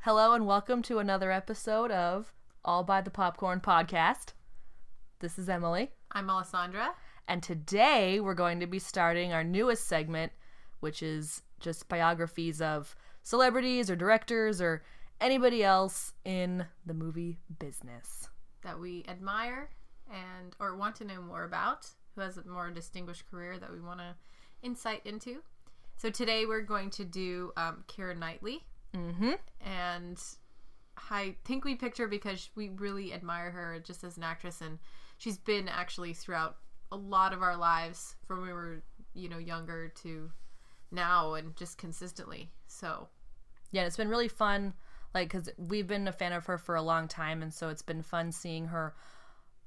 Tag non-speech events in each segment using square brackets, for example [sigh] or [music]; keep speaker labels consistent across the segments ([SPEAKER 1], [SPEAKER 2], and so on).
[SPEAKER 1] Hello and welcome to another episode of All by the Popcorn Podcast. This is Emily,
[SPEAKER 2] I'm Alessandra.
[SPEAKER 1] and today we're going to be starting our newest segment, which is just biographies of celebrities or directors or anybody else in the movie business.
[SPEAKER 2] That we admire and or want to know more about, who has a more distinguished career that we want to insight into. So today we're going to do um, Kira Knightley,
[SPEAKER 1] Mhm.
[SPEAKER 2] and I think we picked her because we really admire her just as an actress, and she's been actually throughout a lot of our lives from when we were you know younger to now, and just consistently. So
[SPEAKER 1] Yeah, it's been really fun, like because we've been a fan of her for a long time, and so it's been fun seeing her,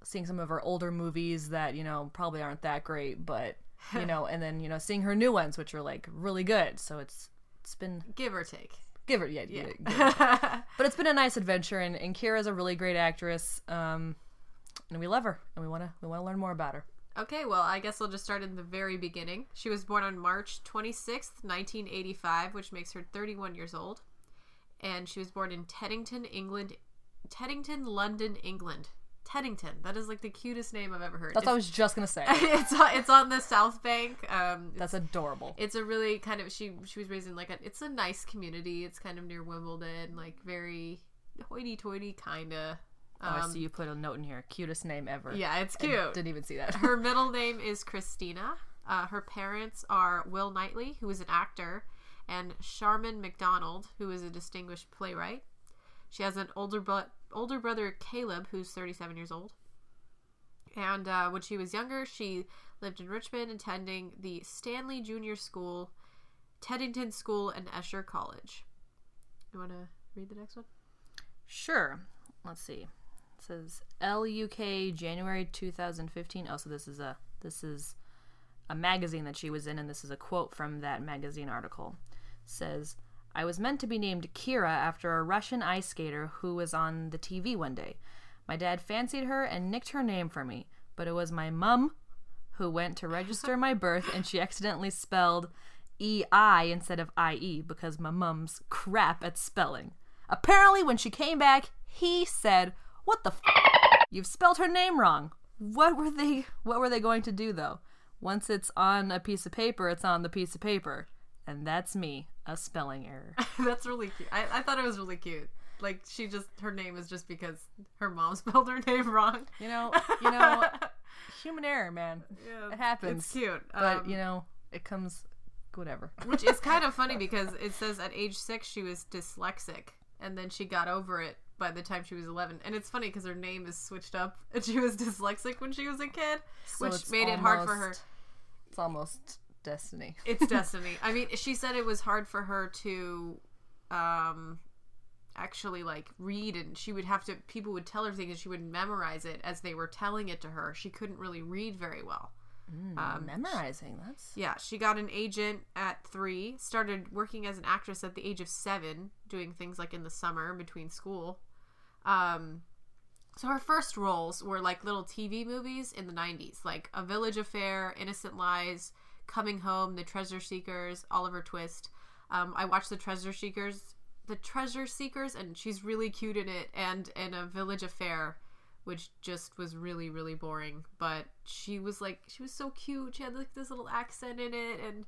[SPEAKER 1] seeing some of her older movies that you know probably aren't that great, but
[SPEAKER 2] [laughs]
[SPEAKER 1] you know, and then you know seeing her new ones, which are like really good. So it's it's been
[SPEAKER 2] give or take. [laughs]
[SPEAKER 1] give her yeah, yeah. give her-
[SPEAKER 2] Yeah.
[SPEAKER 1] but it's been a nice adventure, and and Kira's a really great actress, um, and we love her, and we wanna we wanna learn more about her.
[SPEAKER 2] Okay, well, I guess I'll just start in the very beginning. She was born on March 26th, 1985, which makes her 31 years old. And she was born in Teddington, England. Teddington, London, England. Teddington. That is like the cutest name I've ever heard.
[SPEAKER 1] That's what I
[SPEAKER 2] it's,
[SPEAKER 1] was just gonna
[SPEAKER 2] [laughs]
[SPEAKER 1] say.
[SPEAKER 2] it's, on, it's on the South Bank. Um, it's-
[SPEAKER 1] That's adorable.
[SPEAKER 2] it's a really kind of she she was raised in like a it's a nice community. It's kind of near Wimbledon, like very hoity-toity kinda.
[SPEAKER 1] oh, I
[SPEAKER 2] Um,
[SPEAKER 1] see you put a note in here. Cutest name ever.
[SPEAKER 2] yeah, it's
[SPEAKER 1] I
[SPEAKER 2] cute.
[SPEAKER 1] Didn't even see that.
[SPEAKER 2] [laughs] Her middle name is Christina. Uh, her parents are Will Knightley, who is an actor, and Charmin McDonald, who is a distinguished playwright. She has an older bro- older brother, Caleb, who's 37 years old. And uh, when she was younger, she lived in Richmond, attending the Stanley Junior School, Teddington School, and Esher College. You want to read the next one?
[SPEAKER 1] Sure. Let's see. It says LUK January 2015. Oh, so this is a this is a magazine that she was in and this is a quote from that magazine article. It says, "I was meant to be named Kira after a Russian ice skater who was on the TV one day. My dad fancied her and nicked her name for me, but it was my mum who went to register my birth and she accidentally spelled EI E instead of IE because my mum's crap at spelling. Apparently, when she came back, he said, "What the f? You've spelled her name wrong." What were they? What were they going to do though? Once it's on a piece of paper, it's on the piece of paper, and that's me, a spelling error.
[SPEAKER 2] [laughs] That's really cute. I, I thought it was really cute. Like she just her name is just because her mom [laughs] spelled her name wrong.
[SPEAKER 1] You know, you
[SPEAKER 2] [laughs]
[SPEAKER 1] know, human error, man. it happens.
[SPEAKER 2] It's cute.
[SPEAKER 1] but
[SPEAKER 2] um,
[SPEAKER 1] you know, it comes,
[SPEAKER 2] [laughs]
[SPEAKER 1] whatever.
[SPEAKER 2] which is kind
[SPEAKER 1] [laughs]
[SPEAKER 2] of funny because it says at age six she was dyslexic and then she got over it by the time she was 11 and it's funny because her name is switched up and she was [laughs] dyslexic when she was a kid
[SPEAKER 1] So
[SPEAKER 2] which
[SPEAKER 1] it's
[SPEAKER 2] made it hard for her
[SPEAKER 1] almost- It's almost destiny.
[SPEAKER 2] it's destiny i mean she said it was hard for her to um actually like read and she would have to people would tell her things and she would memorize it as they were telling it to her she couldn't really read very well um,
[SPEAKER 1] Hmm, Memorizing that's
[SPEAKER 2] Yeah, she got an agent at three, started working as an actress at the age of seven, doing things like in the summer between school. Um, so her first roles were like little TV movies in the 90s, like A Village Affair, Innocent Lies, Coming Home, The Treasure Seekers, Oliver Twist. Um, I watched The Treasure Seekers, The Treasure Seekers, and she's really cute in it, and in A Village Affair, which just was really, really boring. But she was like, she was so cute. She had like this little accent in it, and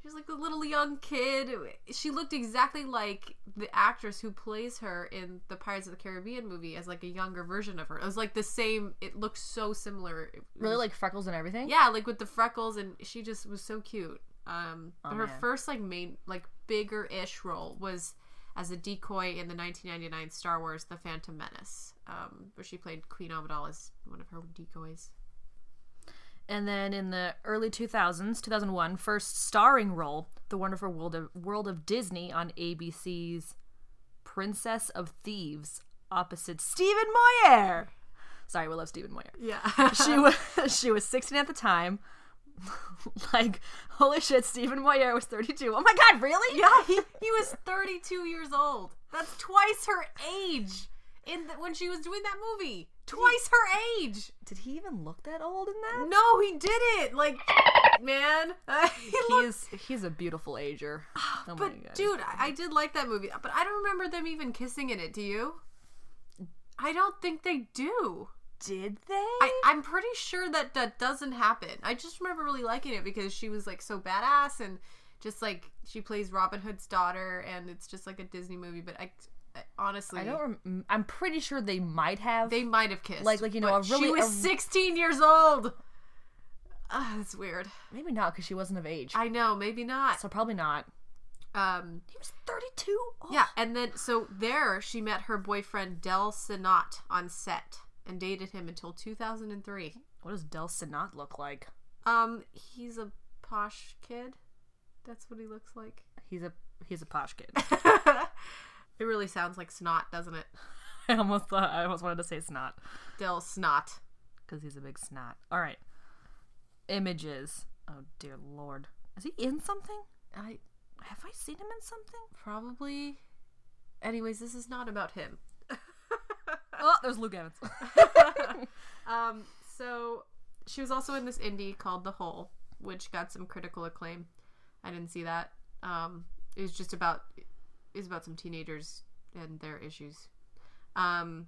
[SPEAKER 2] she was like the little young kid. She looked exactly like the actress who plays her in the Pirates of the Caribbean movie as like a younger version of her. It was like the same. It looked so similar. It
[SPEAKER 1] really
[SPEAKER 2] was-
[SPEAKER 1] like freckles and everything.
[SPEAKER 2] yeah, like with the freckles, and she just was so cute. Um, but
[SPEAKER 1] Oh,
[SPEAKER 2] her
[SPEAKER 1] man.
[SPEAKER 2] first like main, like bigger ish role was as a decoy in the 1999 Star Wars The Phantom Menace, um, where she played Queen Amidala as one of her decoys.
[SPEAKER 1] And then in the early 2000s, 2001, first starring role, The Wonderful World of, World of Disney on ABC's Princess of Thieves opposite Stephen Moyer. Sorry, we love Stephen Moyer.
[SPEAKER 2] [laughs] Yeah.
[SPEAKER 1] [laughs] She was she was 16 at the time. [laughs] like, holy shit, Stephen Moyer was 32. Oh my god, really?
[SPEAKER 2] yeah, he, he was 32 years old. That's twice her age in the, when she was doing that movie. Twice her age.
[SPEAKER 1] [laughs] Did he even look that old in that?
[SPEAKER 2] No, he did it. Like, man, [laughs] he looked
[SPEAKER 1] He's he's a beautiful [sighs] ager. Oh my
[SPEAKER 2] But
[SPEAKER 1] God.
[SPEAKER 2] dude, I, I did like that movie, but I don't remember them even kissing in it. Do you? I don't think they do.
[SPEAKER 1] did they?
[SPEAKER 2] I, I'm pretty sure that that doesn't happen. I just remember really liking it because she was like so badass and just like she plays Robin Hood's daughter, and it's just like a Disney movie. But I, I honestly,
[SPEAKER 1] I don't. Rem- I'm pretty sure they might have.
[SPEAKER 2] they might have kissed.
[SPEAKER 1] Like- like, you know,
[SPEAKER 2] but
[SPEAKER 1] a really-
[SPEAKER 2] she was
[SPEAKER 1] a-
[SPEAKER 2] 16 years old. Ah, that's weird.
[SPEAKER 1] maybe not because she wasn't of age. Ah,
[SPEAKER 2] I know, maybe not.
[SPEAKER 1] so probably not.
[SPEAKER 2] Um,
[SPEAKER 1] He was 32. Oh,
[SPEAKER 2] Yeah, and then so there she met her boyfriend Del Sinat on set and dated him until 2003.
[SPEAKER 1] What does Del Sinat look like?
[SPEAKER 2] Um, he's a posh kid. That's what he looks like. [laughs]
[SPEAKER 1] He's a he's a posh kid. [laughs]
[SPEAKER 2] it really sounds like snot, doesn't it?
[SPEAKER 1] I almost thought I almost wanted to say snot
[SPEAKER 2] Del Snot.
[SPEAKER 1] because he's a big snot. All right. Images. Oh dear lord. Is he in something?
[SPEAKER 2] I
[SPEAKER 1] Have I seen him in something?
[SPEAKER 2] probably. Anyways, this is not about [laughs] him.
[SPEAKER 1] Oh, there's Luke [laughs] Evans.
[SPEAKER 2] Um, so she was also in this indie called The Hole, which got some critical acclaim. I didn't see that. Um, it was just about is about some teenagers and their issues. Um,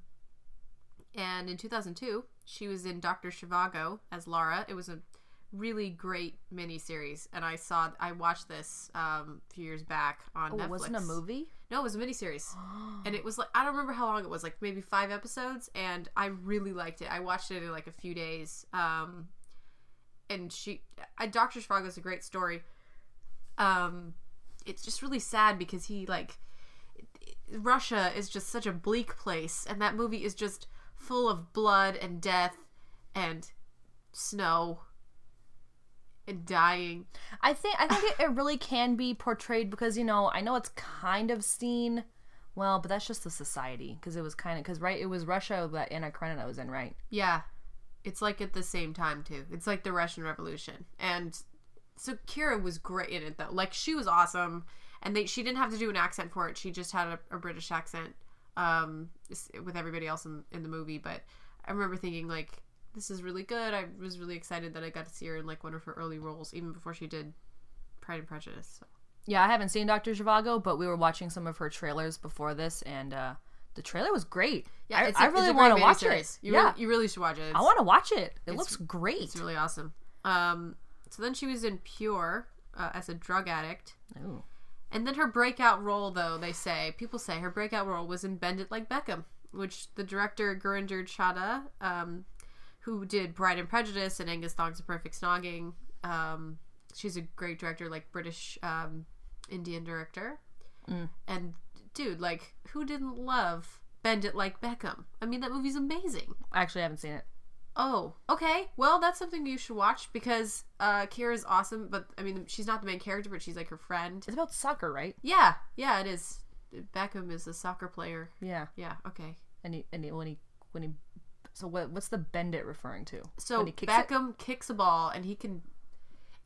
[SPEAKER 2] and in 2002, she was in Doctor Shivago as Lara. It was a really great miniseries, and I saw I watched this um, a few years back on
[SPEAKER 1] oh,
[SPEAKER 2] Netflix.
[SPEAKER 1] it wasn't a movie. [gasps]
[SPEAKER 2] No, it was a miniseries. and it was like I don't remember how long it was, like maybe five episodes, and I really liked it. I watched it in like a few days. Um and she I Doctor Shvago is a great story. Um it's just really sad because he like Russia is just such a bleak place and that movie is just full of blood and death and snow and dying.
[SPEAKER 1] I think I think it, it really can be portrayed because you know I know it's kind of seen well, but that's just the society because it was kind of because right it was Russia that Anna Karenina was in right.
[SPEAKER 2] Yeah. It's like at the same time too. It's like the Russian Revolution. And so Kira was great in it though. Like she was awesome. And they she didn't have to do an accent for it. She just had a, a British accent um s- with everybody else in, in the movie, but I remember thinking like this is really good. I was really excited that I got to see her in like one of her early roles even before she did Pride and Prejudice. So.
[SPEAKER 1] Yeah, I haven't seen Doctor Zhivago, but we were watching some of her trailers before this, and uh, the trailer was great. I,
[SPEAKER 2] it's
[SPEAKER 1] I
[SPEAKER 2] a- it's
[SPEAKER 1] really
[SPEAKER 2] a
[SPEAKER 1] want to
[SPEAKER 2] great
[SPEAKER 1] watch it.
[SPEAKER 2] miniseries. You
[SPEAKER 1] yeah,
[SPEAKER 2] really, you really should watch it.
[SPEAKER 1] I
[SPEAKER 2] It's-
[SPEAKER 1] want to watch it. It looks great.
[SPEAKER 2] It's really awesome. Um, so then she was in Pure uh, as a drug addict.
[SPEAKER 1] Ooh.
[SPEAKER 2] And then her breakout role, though, they say, people say her breakout role was in Bend It Like Beckham, which the director Gurinder Chadha, um, who did Bride and Prejudice and Angus Thong's A Perfect Snogging, um, she's a great director, like British um, Indian director. And dude, like, who didn't love Bend It Like Beckham? I mean, that movie's amazing.
[SPEAKER 1] Actually, I haven't seen it.
[SPEAKER 2] Oh, okay. Well, that's something you should watch because uh, Kira's awesome, but I mean, she's not the main character, but she's like her friend.
[SPEAKER 1] It's about soccer, right?
[SPEAKER 2] Yeah, yeah, it is. Beckham is a soccer player.
[SPEAKER 1] Yeah.
[SPEAKER 2] Yeah, okay.
[SPEAKER 1] And he, and he, when he when he so what what's the bend it referring to?
[SPEAKER 2] So
[SPEAKER 1] When he kicks it?
[SPEAKER 2] Beckham kicks a ball and he can.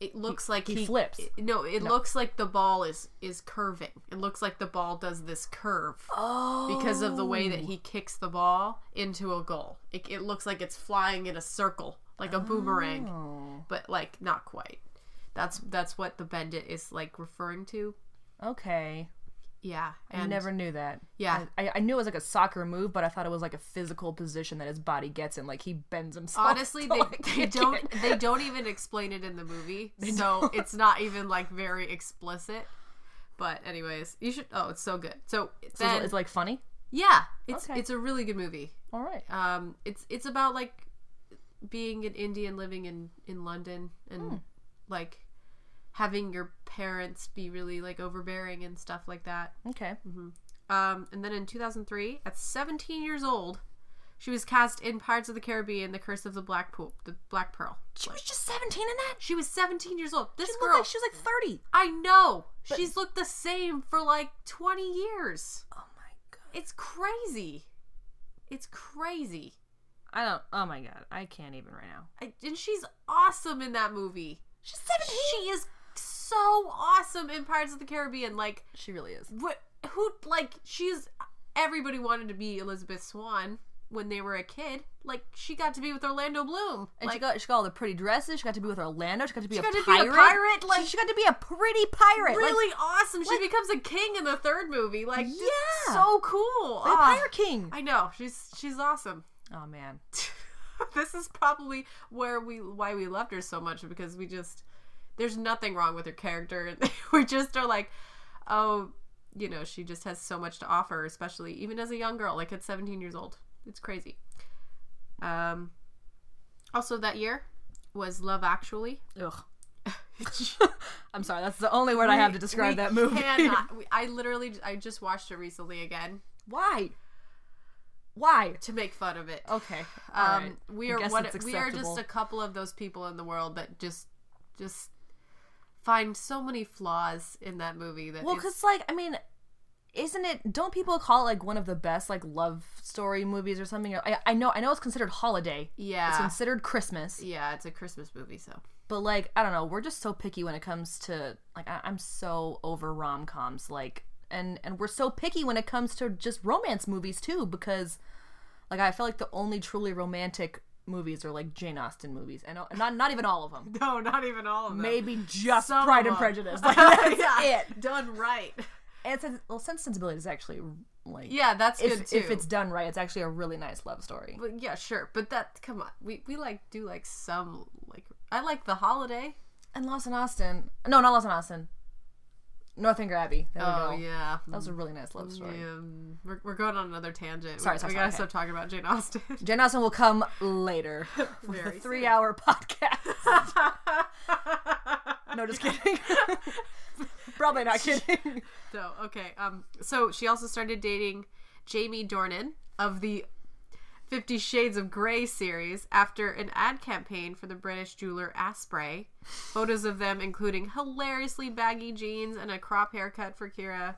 [SPEAKER 2] It looks like
[SPEAKER 1] he flips.
[SPEAKER 2] it- no, it looks like the ball is is curving. It looks like the ball does this curve because of the way that
[SPEAKER 1] Oh.
[SPEAKER 2] he kicks the ball into a goal. It, it looks like it's flying in a circle like a boomerang.
[SPEAKER 1] Oh.
[SPEAKER 2] but like not quite. That's that's what the bandit is like referring to.
[SPEAKER 1] Okay.
[SPEAKER 2] Yeah,
[SPEAKER 1] I never knew that.
[SPEAKER 2] Yeah.
[SPEAKER 1] I, I- I knew it was like a soccer move, but I thought it was like a physical position that his body gets in. Like he bends himself. [laughs]
[SPEAKER 2] Honestly,
[SPEAKER 1] to,
[SPEAKER 2] they,
[SPEAKER 1] like,
[SPEAKER 2] they
[SPEAKER 1] kick
[SPEAKER 2] don't
[SPEAKER 1] it.
[SPEAKER 2] they don't even explain it in the movie, so it's not even like very explicit. But anyways, you should. Oh, it's so good. So,
[SPEAKER 1] [laughs] So it's,
[SPEAKER 2] then,
[SPEAKER 1] it's, like funny.
[SPEAKER 2] yeah, it's
[SPEAKER 1] Okay.
[SPEAKER 2] it's a really good movie.
[SPEAKER 1] All right.
[SPEAKER 2] Um, it's it's about like being an Indian living in in London and
[SPEAKER 1] Hmm.
[SPEAKER 2] like having your parents be really like overbearing and stuff like that.
[SPEAKER 1] Okay.
[SPEAKER 2] Um, and then in 2003, at 17 years old, she was cast in Pirates of the Caribbean: The Curse of the Black Pool, the Black Pearl.
[SPEAKER 1] She was just 17 in that.
[SPEAKER 2] She was 17 years old. This
[SPEAKER 1] She
[SPEAKER 2] girl,
[SPEAKER 1] looked like she was like 30.
[SPEAKER 2] I know,
[SPEAKER 1] But-
[SPEAKER 2] she's looked the same for like 20 years.
[SPEAKER 1] Oh my god.
[SPEAKER 2] It's crazy. It's crazy.
[SPEAKER 1] I don't. Oh my god. I can't even right now.
[SPEAKER 2] I, and she's awesome in that movie.
[SPEAKER 1] She's 17.
[SPEAKER 2] She is so awesome in Pirates of the Caribbean. Like
[SPEAKER 1] She really is.
[SPEAKER 2] what? Who? Like she's. Everybody wanted to be Elizabeth Swan when they were a kid. Like she got to be with Orlando Bloom.
[SPEAKER 1] And she
[SPEAKER 2] Like,
[SPEAKER 1] got she got all the pretty dresses. She got to be with Orlando. She got to be,
[SPEAKER 2] She
[SPEAKER 1] a,
[SPEAKER 2] got to be a
[SPEAKER 1] pirate.
[SPEAKER 2] pirate,
[SPEAKER 1] She-
[SPEAKER 2] like-
[SPEAKER 1] she, got to be a pretty pirate. like-
[SPEAKER 2] really awesome. She
[SPEAKER 1] like-
[SPEAKER 2] becomes a king in the third movie. Like this is
[SPEAKER 1] Yeah.
[SPEAKER 2] so cool.
[SPEAKER 1] like a
[SPEAKER 2] Ah,
[SPEAKER 1] pirate king.
[SPEAKER 2] I know she's she's awesome.
[SPEAKER 1] oh man.
[SPEAKER 2] [laughs] this is probably where we why we loved her so much because we just there's nothing wrong with her character [laughs] and we just are like oh you know she just has so much to offer especially even as a young girl like at 17 years old it's crazy um also that year was love actually
[SPEAKER 1] Ugh. [laughs] I'm sorry. That's the only word I have to describe
[SPEAKER 2] We
[SPEAKER 1] that movie. [laughs]
[SPEAKER 2] cannot, we- i literally i just watched it recently again
[SPEAKER 1] Why? Why?
[SPEAKER 2] to make fun of it
[SPEAKER 1] Okay.
[SPEAKER 2] Um,
[SPEAKER 1] alright.
[SPEAKER 2] we
[SPEAKER 1] I
[SPEAKER 2] are
[SPEAKER 1] guess
[SPEAKER 2] one,
[SPEAKER 1] it's
[SPEAKER 2] we are just
[SPEAKER 1] acceptable.
[SPEAKER 2] a couple of those people in the world that just just find so many flaws in that movie that
[SPEAKER 1] Well,
[SPEAKER 2] it's-
[SPEAKER 1] because like I mean, isn't it? Don't people call it like one of the best like love story movies or something? I, I know I know it's considered holiday. It's
[SPEAKER 2] yeah
[SPEAKER 1] considered Christmas,
[SPEAKER 2] yeah it's a Christmas movie so [laughs]
[SPEAKER 1] but like I don't know, we're just so picky when it comes to like I, I'm so over rom coms, like and and we're so picky when it comes to just romance movies too, because like I feel like the only truly romantic movies are like Jane Austen movies, and not not even all of them.
[SPEAKER 2] no not even all of them [laughs]
[SPEAKER 1] Maybe just
[SPEAKER 2] Some
[SPEAKER 1] Pride
[SPEAKER 2] of
[SPEAKER 1] and [laughs]
[SPEAKER 2] them.
[SPEAKER 1] Prejudice. Like, that's
[SPEAKER 2] yeah
[SPEAKER 1] it.
[SPEAKER 2] done
[SPEAKER 1] [laughs]
[SPEAKER 2] right
[SPEAKER 1] And sense, well, sense and sensibility is actually like
[SPEAKER 2] yeah that's good
[SPEAKER 1] if,
[SPEAKER 2] too
[SPEAKER 1] if it's done right, it's actually a really nice love story.
[SPEAKER 2] but yeah sure but that come on we we like do like some like I like the holiday
[SPEAKER 1] And Lost in Austin, no, not Lost in Austin, Northanger Abbey. There
[SPEAKER 2] oh
[SPEAKER 1] we go.
[SPEAKER 2] yeah
[SPEAKER 1] That was a really nice love story.
[SPEAKER 2] um, we're, we're going on another tangent
[SPEAKER 1] Sorry,
[SPEAKER 2] we,
[SPEAKER 1] sorry,
[SPEAKER 2] we gotta
[SPEAKER 1] sorry,
[SPEAKER 2] stop talking about Jane Austen
[SPEAKER 1] Jane Austen will come [laughs] later with a
[SPEAKER 2] Very
[SPEAKER 1] three-hour [laughs] podcast. no, just kidding. [laughs] Probably not [laughs] kidding.
[SPEAKER 2] So okay. Um. So she also started dating Jamie Dornan of the Fifty Shades of Grey series after an ad campaign for the British jeweler Asprey. Photos of them, including hilariously baggy jeans and a crop haircut for Kira,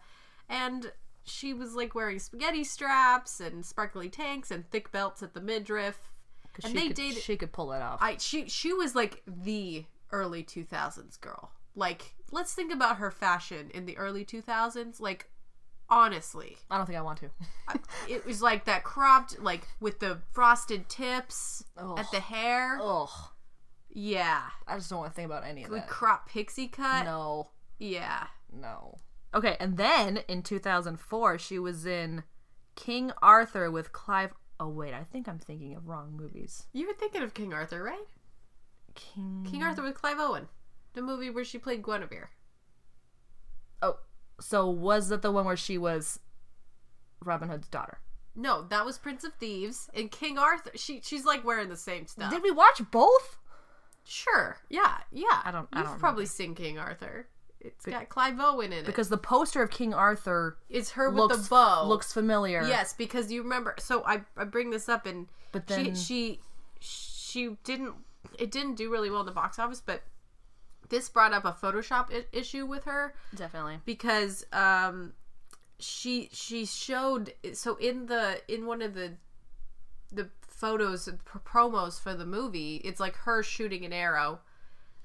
[SPEAKER 2] and she was like wearing spaghetti straps and sparkly tanks and thick belts at the midriff. And
[SPEAKER 1] she
[SPEAKER 2] they
[SPEAKER 1] could,
[SPEAKER 2] dated.
[SPEAKER 1] She could pull it off.
[SPEAKER 2] I she she was like the early 2000s girl. Like let's think about her fashion in the early 2000s. Like honestly,
[SPEAKER 1] I don't think I want to. [laughs]
[SPEAKER 2] it was like that cropped like with the frosted tips
[SPEAKER 1] Ugh.
[SPEAKER 2] at the hair.
[SPEAKER 1] Ugh,
[SPEAKER 2] Yeah.
[SPEAKER 1] I just don't want to think about any of
[SPEAKER 2] The
[SPEAKER 1] that.
[SPEAKER 2] crop pixie cut.
[SPEAKER 1] No.
[SPEAKER 2] Yeah.
[SPEAKER 1] No. Okay, and then in 2004, she was in King Arthur with Clive. Oh wait, I think I'm thinking of wrong movies.
[SPEAKER 2] You were thinking of King Arthur, right?
[SPEAKER 1] King.
[SPEAKER 2] King Arthur with Clive Owen. The movie where she played Guinevere.
[SPEAKER 1] Oh, so was that the one where she was Robin Hood's daughter?
[SPEAKER 2] No, that was Prince of Thieves and King Arthur. She she's like wearing the same stuff.
[SPEAKER 1] Did we watch both?
[SPEAKER 2] Sure. Yeah. Yeah.
[SPEAKER 1] I don't- I
[SPEAKER 2] You've
[SPEAKER 1] don't
[SPEAKER 2] probably seen King Arthur. It's got Clive Owen in it.
[SPEAKER 1] Because the poster of King Arthur
[SPEAKER 2] it's her with
[SPEAKER 1] looks
[SPEAKER 2] the bow.
[SPEAKER 1] looks familiar.
[SPEAKER 2] yes, because you remember. So I I bring this up and
[SPEAKER 1] But then-
[SPEAKER 2] she she she didn't it didn't do really well in the box office, but this brought up a Photoshop I- issue with her
[SPEAKER 1] definitely.
[SPEAKER 2] because um she she showed so in the in one of the the photos and pr- promos for the movie it's like her shooting an arrow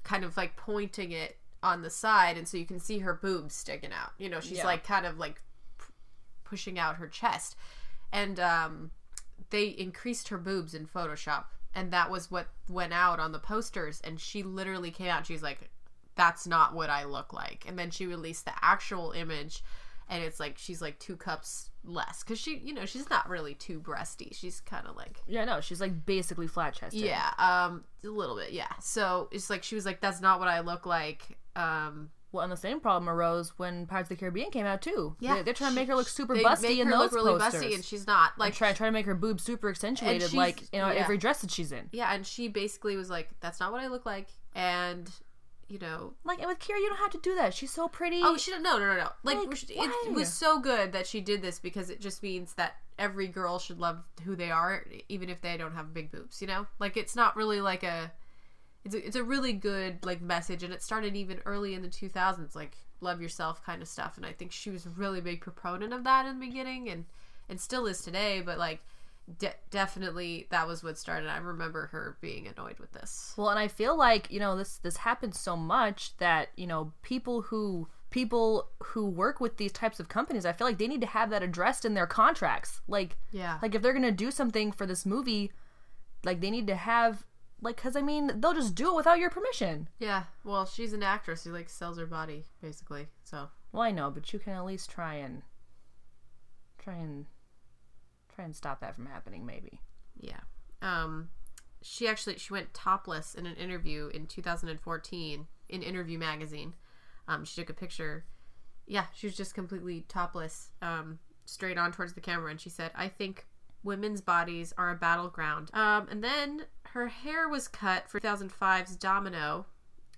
[SPEAKER 2] kind of like pointing it on the side and so you can see her boobs sticking out you know she's
[SPEAKER 1] Yeah.
[SPEAKER 2] like kind of like p- pushing out her chest and um they increased her boobs in photoshop and that was what went out on the posters and she literally came out and she's like that's not what i look like and then she released the actual image and it's like she's like two cups less because she you know she's not really too breasty she's kind of like
[SPEAKER 1] Yeah, no, she's like basically flat chested.
[SPEAKER 2] yeah um a little bit yeah so it's like she was like that's not what i look like um
[SPEAKER 1] Well, and the same problem arose when Pirates of the Caribbean came out too.
[SPEAKER 2] Yeah.
[SPEAKER 1] They, are trying to make her look super
[SPEAKER 2] they
[SPEAKER 1] busty
[SPEAKER 2] make
[SPEAKER 1] in
[SPEAKER 2] her
[SPEAKER 1] those
[SPEAKER 2] look really
[SPEAKER 1] posters.
[SPEAKER 2] busty and she's not like
[SPEAKER 1] try try to make her boobs super accentuated,
[SPEAKER 2] she's-
[SPEAKER 1] like you know
[SPEAKER 2] yeah.
[SPEAKER 1] every dress that she's in.
[SPEAKER 2] yeah and she basically was like that's not what i look like and you know.
[SPEAKER 1] Like, and with Kira, you don't have to do that. She's so pretty.
[SPEAKER 2] Oh, she no no no no. Like,
[SPEAKER 1] Like,
[SPEAKER 2] sh-
[SPEAKER 1] why?
[SPEAKER 2] it was so good that she did this because it just means that every girl should love who they are, even if they don't have big boobs. You know, like it's not really like a. It's a, it's a really good like message, and it started even early in the two thousands, like love yourself kind of stuff. And I think she was a really big proponent of that in the beginning, and and still is today. But like. De- definitely, that was what started. I remember her being annoyed with this.
[SPEAKER 1] Well, and I feel like you know this this happens so much that you know people who people who work with these types of companies, I feel like they need to have that addressed in their contracts. Like,
[SPEAKER 2] Yeah,
[SPEAKER 1] like if they're gonna do something for this movie, like they need to have like because I mean they'll just do it without your permission.
[SPEAKER 2] yeah. Well, she's an actress who like sells her body basically. So
[SPEAKER 1] Well, I know, but you can at least try and try and try and stop that from happening, maybe.
[SPEAKER 2] Yeah. Um, she actually she went topless in an interview in 2014 in Interview Magazine. Um, she took a picture. Yeah, she was just completely topless, um, straight on towards the camera, and she said, "I think women's bodies are a battleground." Um, and then her hair was cut for 2005's Domino,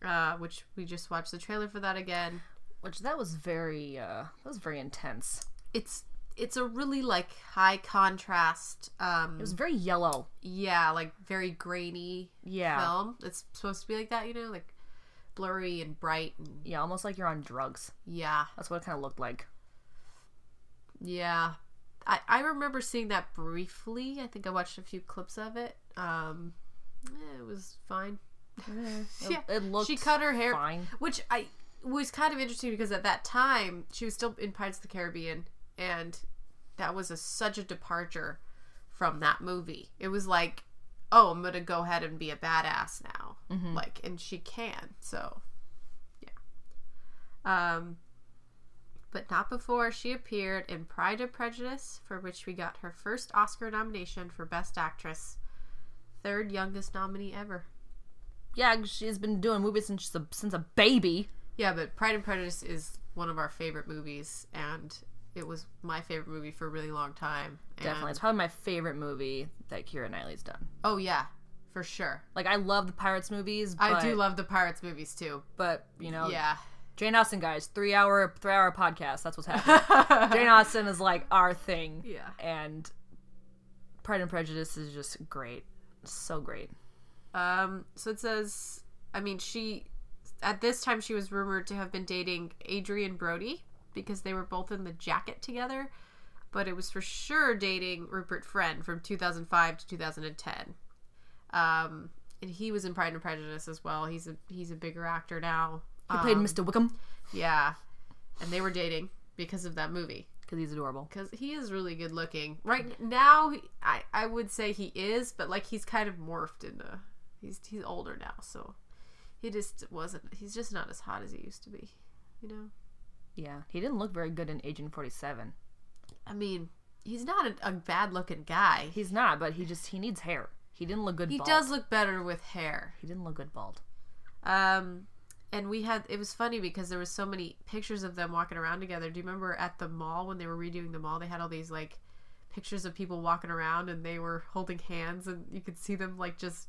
[SPEAKER 2] uh, which we just watched the trailer for that again.
[SPEAKER 1] Which that was very uh that was very intense.
[SPEAKER 2] It's it's a really like high contrast. Um,
[SPEAKER 1] It was very yellow.
[SPEAKER 2] yeah, like very grainy.
[SPEAKER 1] Yeah.
[SPEAKER 2] film that's supposed to be like that, you know, like blurry and bright and
[SPEAKER 1] Yeah, almost like you're on drugs.
[SPEAKER 2] yeah,
[SPEAKER 1] That's what it kind of looked like.
[SPEAKER 2] yeah. I I remember seeing that briefly. I think I watched a few clips of it. Um, eh, it was fine. Mm-hmm. yeah,
[SPEAKER 1] It looked
[SPEAKER 2] she cut her hair,
[SPEAKER 1] fine.
[SPEAKER 2] which I was kind of interesting because at that time she was still in Pirates of the Caribbean, and that was a, such a departure from that movie. It was like, oh, I'm gonna go ahead and be a badass now, like, and she can. So, yeah. Um, but not before she appeared in Pride and Prejudice, for which we got her first Oscar nomination for Best Actress, third youngest nominee ever.
[SPEAKER 1] Yeah, she's been doing movies since she's a, since a baby.
[SPEAKER 2] Yeah, but Pride and Prejudice is one of our favorite movies, and it was my favorite movie for a really long time. and-
[SPEAKER 1] Definitely, it's probably my favorite movie that Kira Knightley's done.
[SPEAKER 2] Oh yeah, for sure.
[SPEAKER 1] Like I love the Pirates movies. But, Oh,
[SPEAKER 2] I do love the pirates movies too.
[SPEAKER 1] but you know,
[SPEAKER 2] Yeah.
[SPEAKER 1] Jane Austen guys, three hour three hour podcast. That's what's
[SPEAKER 2] [laughs]
[SPEAKER 1] happening. [laughs] Jane Austen is like our thing.
[SPEAKER 2] Yeah.
[SPEAKER 1] and Pride and Prejudice is just great, so great.
[SPEAKER 2] Um. So it says. I mean, she. At this time, she was rumored to have been dating Adrian Brody because they were both in the jacket together, but it was for sure dating Rupert Friend from 2005 to 2010. Um, and he was in Pride and Prejudice as well. He's a he's a bigger actor now.
[SPEAKER 1] He played Mr. Wickham
[SPEAKER 2] Yeah. And they were dating because of that movie.
[SPEAKER 1] because he's adorable.
[SPEAKER 2] Because he is really good looking. Right now, he- I, I would say he is, but like he's kind of morphed into. He's, he's older now, so he just wasn't. He's just not as hot as he used to be, you know?
[SPEAKER 1] Yeah, he didn't look very good in Agent Forty Seven.
[SPEAKER 2] I mean, he's not a, a bad looking guy.
[SPEAKER 1] He's not, but he just he needs hair. He didn't look good.
[SPEAKER 2] He
[SPEAKER 1] bald.
[SPEAKER 2] does look better with hair.
[SPEAKER 1] He didn't look good bald.
[SPEAKER 2] Um, and we had it was funny because there was so many pictures of them walking around together. Do you remember at the mall when they were redoing the mall? They had all these like pictures of people walking around and they were holding hands and you could see them like just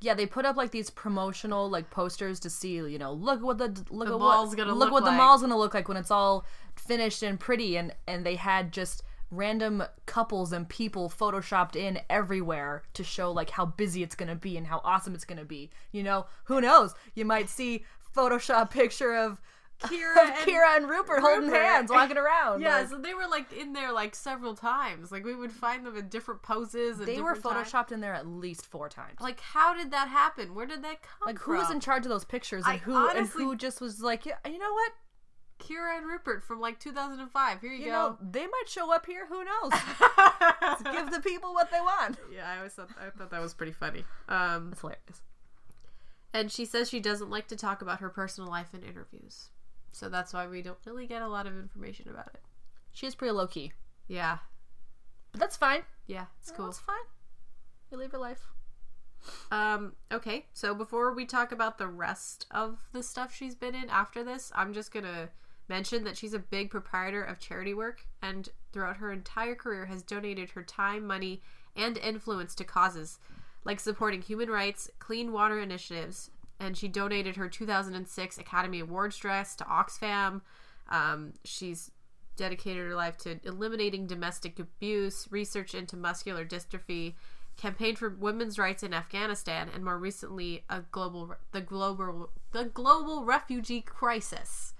[SPEAKER 1] Yeah, they put up like these promotional like posters to see, you know, look what the look
[SPEAKER 2] The
[SPEAKER 1] at
[SPEAKER 2] mall's
[SPEAKER 1] what,
[SPEAKER 2] gonna
[SPEAKER 1] look
[SPEAKER 2] look
[SPEAKER 1] what the
[SPEAKER 2] like.
[SPEAKER 1] mall's gonna look like when it's all finished and pretty, and and they had just random couples and people photoshopped in everywhere to show like how busy it's gonna be and how awesome it's gonna be. You know, who knows? You might see Photoshop [laughs] picture of
[SPEAKER 2] [laughs] Kira
[SPEAKER 1] of
[SPEAKER 2] and
[SPEAKER 1] Kira and Rupert, holding
[SPEAKER 2] Rupert.
[SPEAKER 1] hands, walking around.
[SPEAKER 2] yeah.
[SPEAKER 1] Like,
[SPEAKER 2] so they were like in there like several times. Like we would find them in different poses. And
[SPEAKER 1] they were
[SPEAKER 2] different times.
[SPEAKER 1] photoshopped in there at least four times.
[SPEAKER 2] Like how did that happen? Where did that come
[SPEAKER 1] Like who
[SPEAKER 2] from?
[SPEAKER 1] was in charge of those pictures and
[SPEAKER 2] I
[SPEAKER 1] who and
[SPEAKER 2] honestly-
[SPEAKER 1] who just was like, yeah, you know what?
[SPEAKER 2] Kira and Rupert from like 2005. Here you,
[SPEAKER 1] you
[SPEAKER 2] go. [laughs]
[SPEAKER 1] know, they might show up here. Who knows? Give the people what they want.
[SPEAKER 2] yeah, I always thought I thought that was pretty funny. Um,
[SPEAKER 1] That's hilarious.
[SPEAKER 2] And she says she doesn't like to talk about her personal life in interviews. So that's why we don't really get a lot of information about it.
[SPEAKER 1] She is pretty low key,
[SPEAKER 2] Yeah.
[SPEAKER 1] but that's fine.
[SPEAKER 2] Yeah, it's
[SPEAKER 1] It's
[SPEAKER 2] cool.
[SPEAKER 1] It's fine. You live your life.
[SPEAKER 2] Um, okay, so before we talk about the rest of the stuff she's been in after this, I'm just gonna mention that she's a big proprietor of charity work and throughout her entire career has donated her time, money, and influence to causes like supporting human rights, clean water initiatives, and she donated her 2006 Academy Awards dress to Oxfam. Um, she's dedicated her life to eliminating domestic abuse, research into muscular dystrophy, campaigned for women's rights in Afghanistan, and more recently, a global the global the global refugee crisis,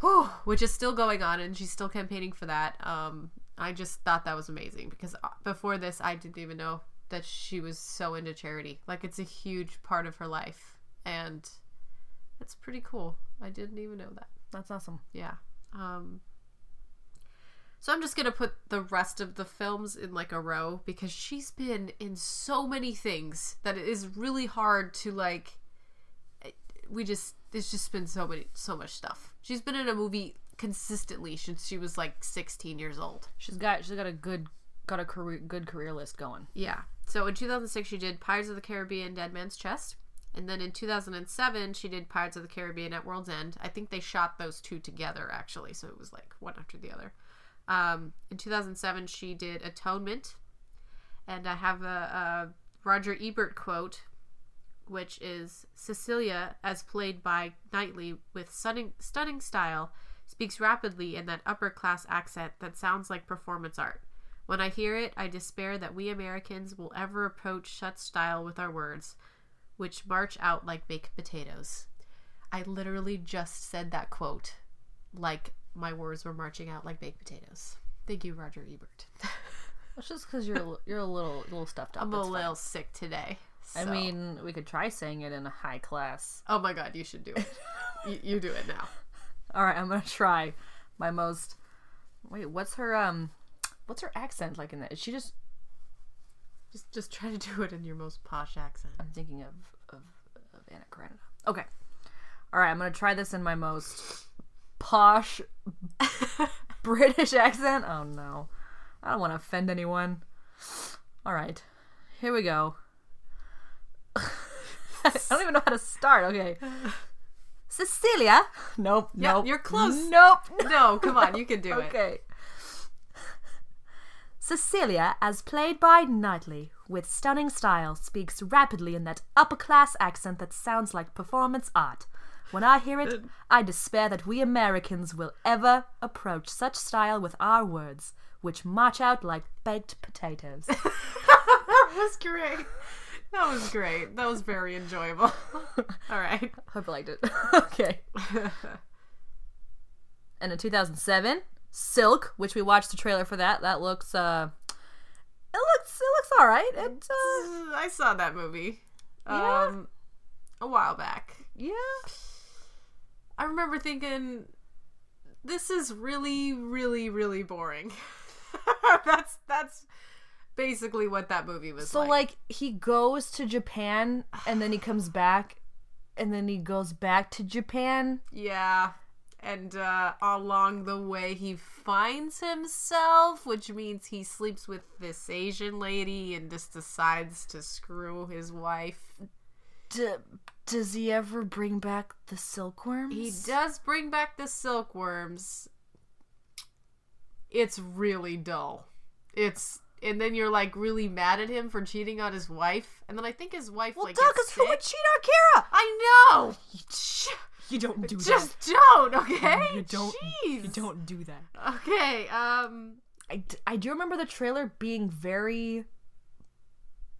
[SPEAKER 2] Whew, which is still going on, and she's still campaigning for that. Um, I just thought that was amazing because uh, before this, I didn't even know that she was so into charity. Like it's a huge part of her life, and that's pretty cool. I didn't even know that.
[SPEAKER 1] That's awesome.
[SPEAKER 2] Yeah. Um, so I'm just gonna put the rest of the films in like a row because she's been in so many things that it is really hard to like. it- We just there's just been so many so much stuff. She's been in a movie consistently since she was like 16 years old.
[SPEAKER 1] She's got she's got a good got a career, good career list going.
[SPEAKER 2] Yeah. So in 2006 she did Pirates of the Caribbean: Dead Man's Chest, and then in 2007 she did Pirates of the Caribbean at World's End. I think they shot those two together actually, so it was like one after the other. Um, in 2007 she did Atonement, and I have a, a Roger Ebert quote, which is Cecilia, as played by Knightley with stunning, stunning style, speaks rapidly in that upper class accent that sounds like performance art. When I hear it, I despair that we Americans will ever approach such style with our words, which march out like baked potatoes. I literally just said that quote, like my words were marching out like baked potatoes. Thank you, Roger Ebert. [laughs]
[SPEAKER 1] It's just because you're a li- you're a little little stuffed up.
[SPEAKER 2] I'm a
[SPEAKER 1] It's fine.
[SPEAKER 2] little sick today.
[SPEAKER 1] I
[SPEAKER 2] so-
[SPEAKER 1] mean, we could try saying it in a high class.
[SPEAKER 2] Oh my god, you should do it.
[SPEAKER 1] [laughs]
[SPEAKER 2] you, you do it now.
[SPEAKER 1] All right, I'm gonna [laughs] try my most. Wait, what's her um, what's her accent like in that? Is she just?
[SPEAKER 2] Just just try to do it in your most posh accent.
[SPEAKER 1] I'm thinking of of, of Anna Karenina. Okay. All right, I'm gonna try this in my most [laughs] posh British accent. Oh no, I don't want to offend anyone. All right, here we go. [laughs] I don't even know how to start. [laughs] Okay. Cecilia. Nope.
[SPEAKER 2] Yeah,
[SPEAKER 1] nope.
[SPEAKER 2] you're close.
[SPEAKER 1] Nope.
[SPEAKER 2] No, come on, you can do it.
[SPEAKER 1] Okay. Cecilia, as played by Knightley, with stunning style, speaks rapidly in that upper class accent that sounds like performance art. When I hear it, I despair that we Americans will ever approach such style with our words, which march out like baked potatoes.
[SPEAKER 2] [laughs] That was great. That was great. That was very enjoyable. [laughs] [laughs] All right.
[SPEAKER 1] Hope you liked it. [laughs] okay. and in 2007, Silk, which we watched the trailer for that, that looks uh, it looks it looks all right. It uh,
[SPEAKER 2] [laughs] I saw that movie.
[SPEAKER 1] Yeah?
[SPEAKER 2] Um a while back.
[SPEAKER 1] yeah.
[SPEAKER 2] I remember thinking this is really really really boring. [laughs] that's that's basically what that movie was
[SPEAKER 1] So
[SPEAKER 2] like.
[SPEAKER 1] like he goes to Japan and then he comes back, and then he goes back to Japan.
[SPEAKER 2] Yeah. And uh, along the way, he finds himself, which means he sleeps with this Asian lady and just decides to screw his wife.
[SPEAKER 1] D- does he ever bring back the silkworms?
[SPEAKER 2] He does bring back the silkworms. It's really dull. It's and then you're like really mad at him for cheating on his wife, and then I think his wife
[SPEAKER 1] Well,
[SPEAKER 2] like
[SPEAKER 1] duh,
[SPEAKER 2] gets
[SPEAKER 1] because who
[SPEAKER 2] sick.
[SPEAKER 1] would cheat on Kira?
[SPEAKER 2] I
[SPEAKER 1] [laughs]
[SPEAKER 2] know.
[SPEAKER 1] You don't do
[SPEAKER 2] Just don't, okay?
[SPEAKER 1] You don't-
[SPEAKER 2] Jeez.
[SPEAKER 1] do that.
[SPEAKER 2] Okay. Um.
[SPEAKER 1] I, d- I do remember the trailer being very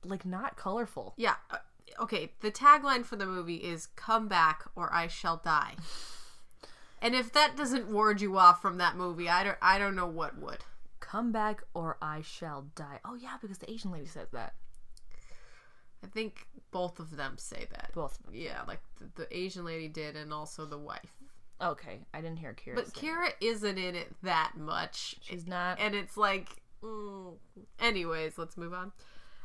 [SPEAKER 1] like not colorful.
[SPEAKER 2] Yeah. uh, Okay. The tagline for the movie is "Come back or I shall die." and if that doesn't ward you off from that movie, I don't. I don't know what would.
[SPEAKER 1] Come back or I shall die. Oh yeah, because the Asian lady says that.
[SPEAKER 2] I think both of them say that.
[SPEAKER 1] Both. of them.
[SPEAKER 2] Yeah, like the, the Asian lady did, and also the wife.
[SPEAKER 1] Okay, I didn't hear Kira.
[SPEAKER 2] But Kira isn't in it that much,
[SPEAKER 1] she's not.
[SPEAKER 2] and it's like. mm. Anyways, let's move on.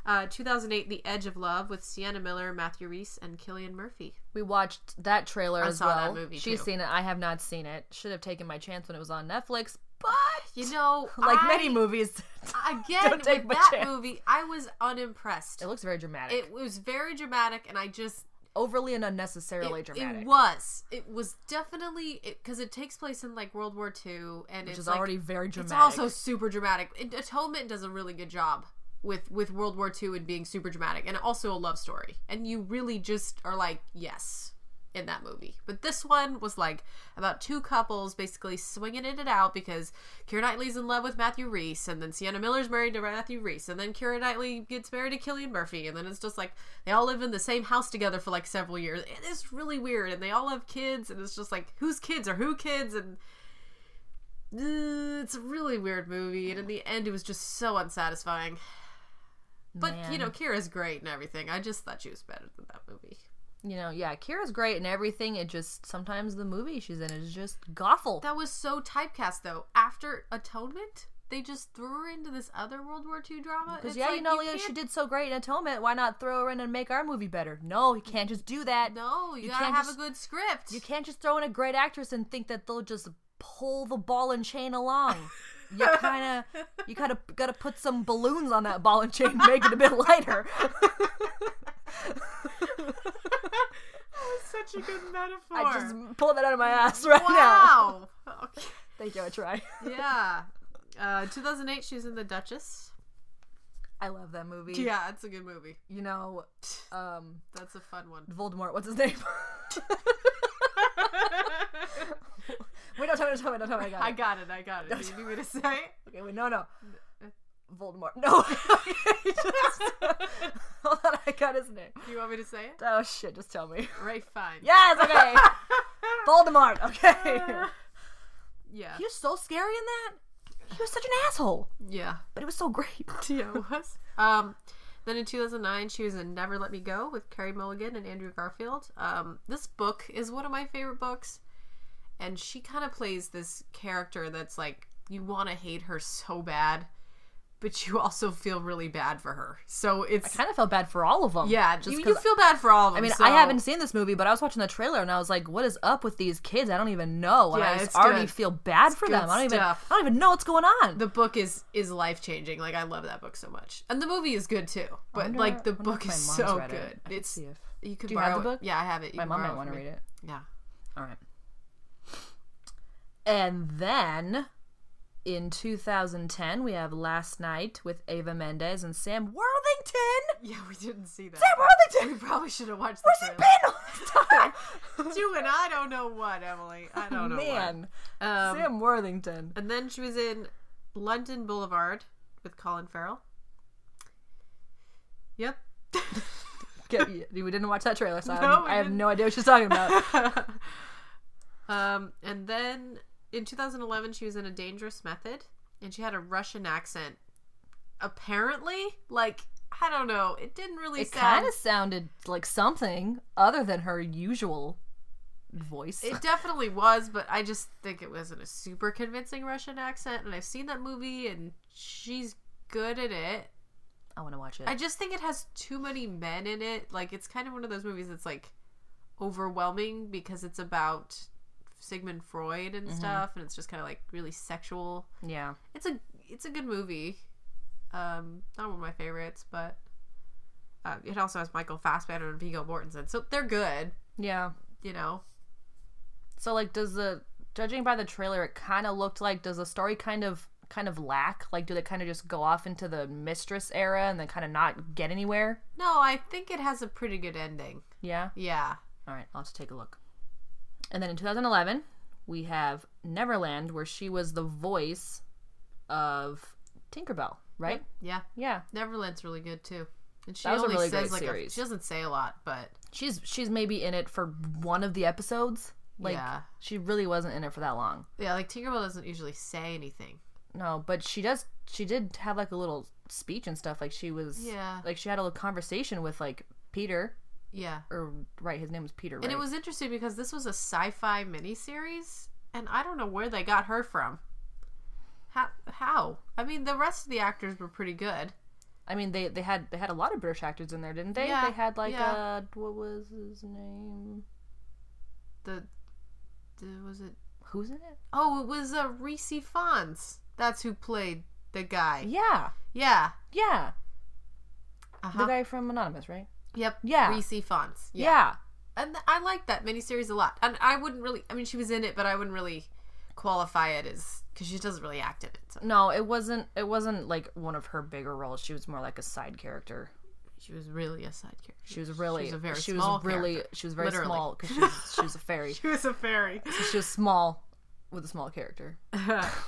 [SPEAKER 2] Uh, 2008, The Edge of Love with Sienna Miller, Matthew Reese, and Killian Murphy.
[SPEAKER 1] We watched that trailer
[SPEAKER 2] I
[SPEAKER 1] as
[SPEAKER 2] saw
[SPEAKER 1] well.
[SPEAKER 2] that movie,
[SPEAKER 1] She's
[SPEAKER 2] too.
[SPEAKER 1] seen it. I have not seen it. Should have taken my chance when it was on Netflix. But
[SPEAKER 2] You [laughs] know,
[SPEAKER 1] like
[SPEAKER 2] I-
[SPEAKER 1] many movies, [laughs]
[SPEAKER 2] again
[SPEAKER 1] Don't take
[SPEAKER 2] with
[SPEAKER 1] my
[SPEAKER 2] that
[SPEAKER 1] chance.
[SPEAKER 2] movie i was unimpressed
[SPEAKER 1] it looks very dramatic,
[SPEAKER 2] it was very dramatic and i just
[SPEAKER 1] overly and
[SPEAKER 2] it,
[SPEAKER 1] unnecessarily dramatic,
[SPEAKER 2] it was it was definitely because it, takes place in like world war ii and
[SPEAKER 1] which
[SPEAKER 2] it's
[SPEAKER 1] is
[SPEAKER 2] like-
[SPEAKER 1] already very dramatic.
[SPEAKER 2] it's also super dramatic It- atonement does a really good job with with World War II and being super dramatic and also a love story. And you really just are like, yes, in that movie. But this one was like about two couples basically swinging it out because Keira Knightley's in love with Matthew Reese, and then Sienna Miller's married to Matthew Reese, and then Keira Knightley gets married to Killian Murphy, and then it's just like they all live in the same house together for like several years. It is really weird, and they all have kids, and it's just like whose kids are who kids, and uh, it's a really weird movie. And in the end, it was just so unsatisfying. But you
[SPEAKER 1] Man.
[SPEAKER 2] know, Kira's great and everything. I just thought she was better than that movie.
[SPEAKER 1] You know, yeah, Kira's great and everything. It just sometimes the movie she's in is just goffle.
[SPEAKER 2] That was so typecast though. After Atonement, they just threw her into this other World War II drama.
[SPEAKER 1] Because
[SPEAKER 2] It's
[SPEAKER 1] yeah,
[SPEAKER 2] like,
[SPEAKER 1] you know, Leo,
[SPEAKER 2] can't-
[SPEAKER 1] she did so great in Atonement. Why not throw her in and make our movie better? No, you can't just do that.
[SPEAKER 2] No, you,
[SPEAKER 1] you
[SPEAKER 2] gotta
[SPEAKER 1] can't
[SPEAKER 2] have
[SPEAKER 1] just-
[SPEAKER 2] a good script. [laughs]
[SPEAKER 1] You can't just throw in a great actress and think that they'll just pull the ball and chain along. You kind of, you kind of got to put some balloons on that ball and chain, and make it [laughs] a bit lighter.
[SPEAKER 2] That's such a good
[SPEAKER 1] [laughs]
[SPEAKER 2] metaphor.
[SPEAKER 1] I just pulled that out of my ass right now. [laughs]
[SPEAKER 2] wow. Okay.
[SPEAKER 1] Thank you. I try.
[SPEAKER 2] Yeah. Uh, 2008, she was in The Duchess.
[SPEAKER 1] I love that movie.
[SPEAKER 2] Yeah, it's a good movie.
[SPEAKER 1] You know, um,
[SPEAKER 2] That's a fun one.
[SPEAKER 1] Voldemort. What's his [laughs] name? wait, no, tell me, tell me, no, tell me. I got
[SPEAKER 2] I
[SPEAKER 1] it.
[SPEAKER 2] got it. I got it. Did you need me to say? it?
[SPEAKER 1] Okay, wait, no, no.
[SPEAKER 2] eh.
[SPEAKER 1] Voldemort. No. [laughs] Okay, just, [laughs] hold on, I got his name.
[SPEAKER 2] Do you want me to say it?
[SPEAKER 1] Oh shit, just tell me. [laughs]
[SPEAKER 2] Right. Fine.
[SPEAKER 1] Yes, okay.
[SPEAKER 2] [laughs]
[SPEAKER 1] Voldemort, okay.
[SPEAKER 2] Yeah.
[SPEAKER 1] he was so scary in that. He was such an asshole,
[SPEAKER 2] Yeah. [laughs]
[SPEAKER 1] but it was so great.
[SPEAKER 2] Yeah, it was. Um, then in 2009, she was in Never Let Me Go with Carrie Mulligan and Andrew Garfield. Um, this book is one of my favorite books, and she kind of plays this character that's like you want to hate her so bad, but you also feel really bad for her. So it's
[SPEAKER 1] Kind of felt bad for all of them.
[SPEAKER 2] yeah,
[SPEAKER 1] just
[SPEAKER 2] just you,
[SPEAKER 1] 'cause-
[SPEAKER 2] you feel bad for all of them.
[SPEAKER 1] I mean,
[SPEAKER 2] so-
[SPEAKER 1] I haven't seen this movie, but I was watching the trailer and I was like, "What is up with these kids? I don't even know." And
[SPEAKER 2] Yeah,
[SPEAKER 1] I
[SPEAKER 2] it's
[SPEAKER 1] just already
[SPEAKER 2] good.
[SPEAKER 1] feel bad for them.
[SPEAKER 2] good
[SPEAKER 1] I don't even.
[SPEAKER 2] stuff.
[SPEAKER 1] I don't even know what's going on.
[SPEAKER 2] the book is is life changing. Like I love that book so much, and the movie is good too. But
[SPEAKER 1] wonder-
[SPEAKER 2] like the
[SPEAKER 1] I wonder
[SPEAKER 2] book
[SPEAKER 1] if my
[SPEAKER 2] is
[SPEAKER 1] mom's
[SPEAKER 2] so
[SPEAKER 1] read
[SPEAKER 2] good.
[SPEAKER 1] it. I should
[SPEAKER 2] It's
[SPEAKER 1] see if-
[SPEAKER 2] you could
[SPEAKER 1] Do you have
[SPEAKER 2] borrow
[SPEAKER 1] the
[SPEAKER 2] it.
[SPEAKER 1] book?
[SPEAKER 2] Yeah, I have it. You
[SPEAKER 1] my
[SPEAKER 2] can
[SPEAKER 1] mom
[SPEAKER 2] borrow
[SPEAKER 1] might want
[SPEAKER 2] from
[SPEAKER 1] to
[SPEAKER 2] me.
[SPEAKER 1] read it. [laughs]
[SPEAKER 2] Yeah.
[SPEAKER 1] All right. And then in 2010, we have Last Night with Ava Mendes and Sam Worthington.
[SPEAKER 2] Yeah, we didn't see that. [laughs]
[SPEAKER 1] Sam Worthington.
[SPEAKER 2] We probably should have watched
[SPEAKER 1] Where's
[SPEAKER 2] the
[SPEAKER 1] he
[SPEAKER 2] trailer. [laughs]
[SPEAKER 1] been all this time?
[SPEAKER 2] Doing I don't know what, Emily. [laughs] I don't know
[SPEAKER 1] Man,
[SPEAKER 2] what. Um,
[SPEAKER 1] Sam Worthington.
[SPEAKER 2] and then she was in London Boulevard with Colin Farrell. Yep.
[SPEAKER 1] Okay, you- we didn't watch that trailer, so I
[SPEAKER 2] No,
[SPEAKER 1] have-
[SPEAKER 2] we
[SPEAKER 1] I have
[SPEAKER 2] didn't.
[SPEAKER 1] no idea what she's talking about.
[SPEAKER 2] [laughs] um, and then in 2011, she was in A Dangerous Method, and she had a Russian accent. Apparently, like I don't know, it didn't [laughs] really
[SPEAKER 1] it
[SPEAKER 2] sound.
[SPEAKER 1] kind of sounded like something other than her usual voice.
[SPEAKER 2] [laughs] It definitely was, but I just think it wasn't a super convincing Russian accent. And I've seen that movie, and she's good at it.
[SPEAKER 1] I want to watch it.
[SPEAKER 2] I just think it has too many men in it. Like, it's kind of one of those movies that's like overwhelming because it's about Sigmund Freud and
[SPEAKER 1] Mm-hmm.
[SPEAKER 2] stuff, and it's just kind of like really sexual.
[SPEAKER 1] yeah.
[SPEAKER 2] It's a it's a good movie. Um, not one of my favorites, but uh, it also has Michael Fassbender and Viggo Mortensen, so they're good.
[SPEAKER 1] Yeah.
[SPEAKER 2] You know,
[SPEAKER 1] So like does the judging by the trailer it kind of looked like does the story kind of kind of lack like do they kind of just go off into the mistress era and then kind of not get anywhere?
[SPEAKER 2] no, I think it has a pretty good ending.
[SPEAKER 1] Yeah.
[SPEAKER 2] Yeah.
[SPEAKER 1] All right, I'll just take a look. And then in 2011, we have Neverland where she was the voice of Tinkerbell, right?
[SPEAKER 2] Yeah.
[SPEAKER 1] Yeah.
[SPEAKER 2] Neverland's really good too. And she
[SPEAKER 1] That was a
[SPEAKER 2] only
[SPEAKER 1] really
[SPEAKER 2] says
[SPEAKER 1] great
[SPEAKER 2] like a-
[SPEAKER 1] series.
[SPEAKER 2] she doesn't say a lot, but
[SPEAKER 1] She's she's maybe in it for one of the episodes. Like
[SPEAKER 2] Yeah.
[SPEAKER 1] she really wasn't in it for that long.
[SPEAKER 2] yeah, like Tinkerbell doesn't usually say anything.
[SPEAKER 1] No, but she does. She did have like a little speech and stuff. Like she was.
[SPEAKER 2] Yeah.
[SPEAKER 1] Like she had a little conversation with like Peter,
[SPEAKER 2] Yeah.
[SPEAKER 1] or right, his name was Peter. Right?
[SPEAKER 2] And it was interesting because this was a sci-fi miniseries, and I don't know where they got her from. How? How? I mean, the rest of the actors were pretty good.
[SPEAKER 1] I mean, they they had they had a lot of British actors in there, didn't they?
[SPEAKER 2] Yeah,
[SPEAKER 1] They had like
[SPEAKER 2] yeah.
[SPEAKER 1] uh, what was his name?
[SPEAKER 2] The, the was it?
[SPEAKER 1] Who's in it?
[SPEAKER 2] Oh, it was uh, Reese Fons. That's who played the guy.
[SPEAKER 1] Yeah,
[SPEAKER 2] Yeah.
[SPEAKER 1] yeah.
[SPEAKER 2] Uh
[SPEAKER 1] The
[SPEAKER 2] huh.
[SPEAKER 1] guy from Anonymous, right?
[SPEAKER 2] Yep.
[SPEAKER 1] Yeah.
[SPEAKER 2] Reese Fons.
[SPEAKER 1] Yeah.
[SPEAKER 2] and th- I like that miniseries a lot. And I wouldn't really. I mean, she was in it, but I wouldn't really qualify it as because she doesn't really act in it. So
[SPEAKER 1] No, it wasn't. It wasn't like one of her bigger roles. She was more like a side character.
[SPEAKER 2] she was really a side character.
[SPEAKER 1] She was really.
[SPEAKER 2] was a very
[SPEAKER 1] she
[SPEAKER 2] small
[SPEAKER 1] was really.
[SPEAKER 2] character, [laughs]
[SPEAKER 1] She was very
[SPEAKER 2] literally.
[SPEAKER 1] small because she was, she was a fairy.
[SPEAKER 2] [laughs] She was
[SPEAKER 1] [laughs]
[SPEAKER 2] a fairy.
[SPEAKER 1] she was small with a small character.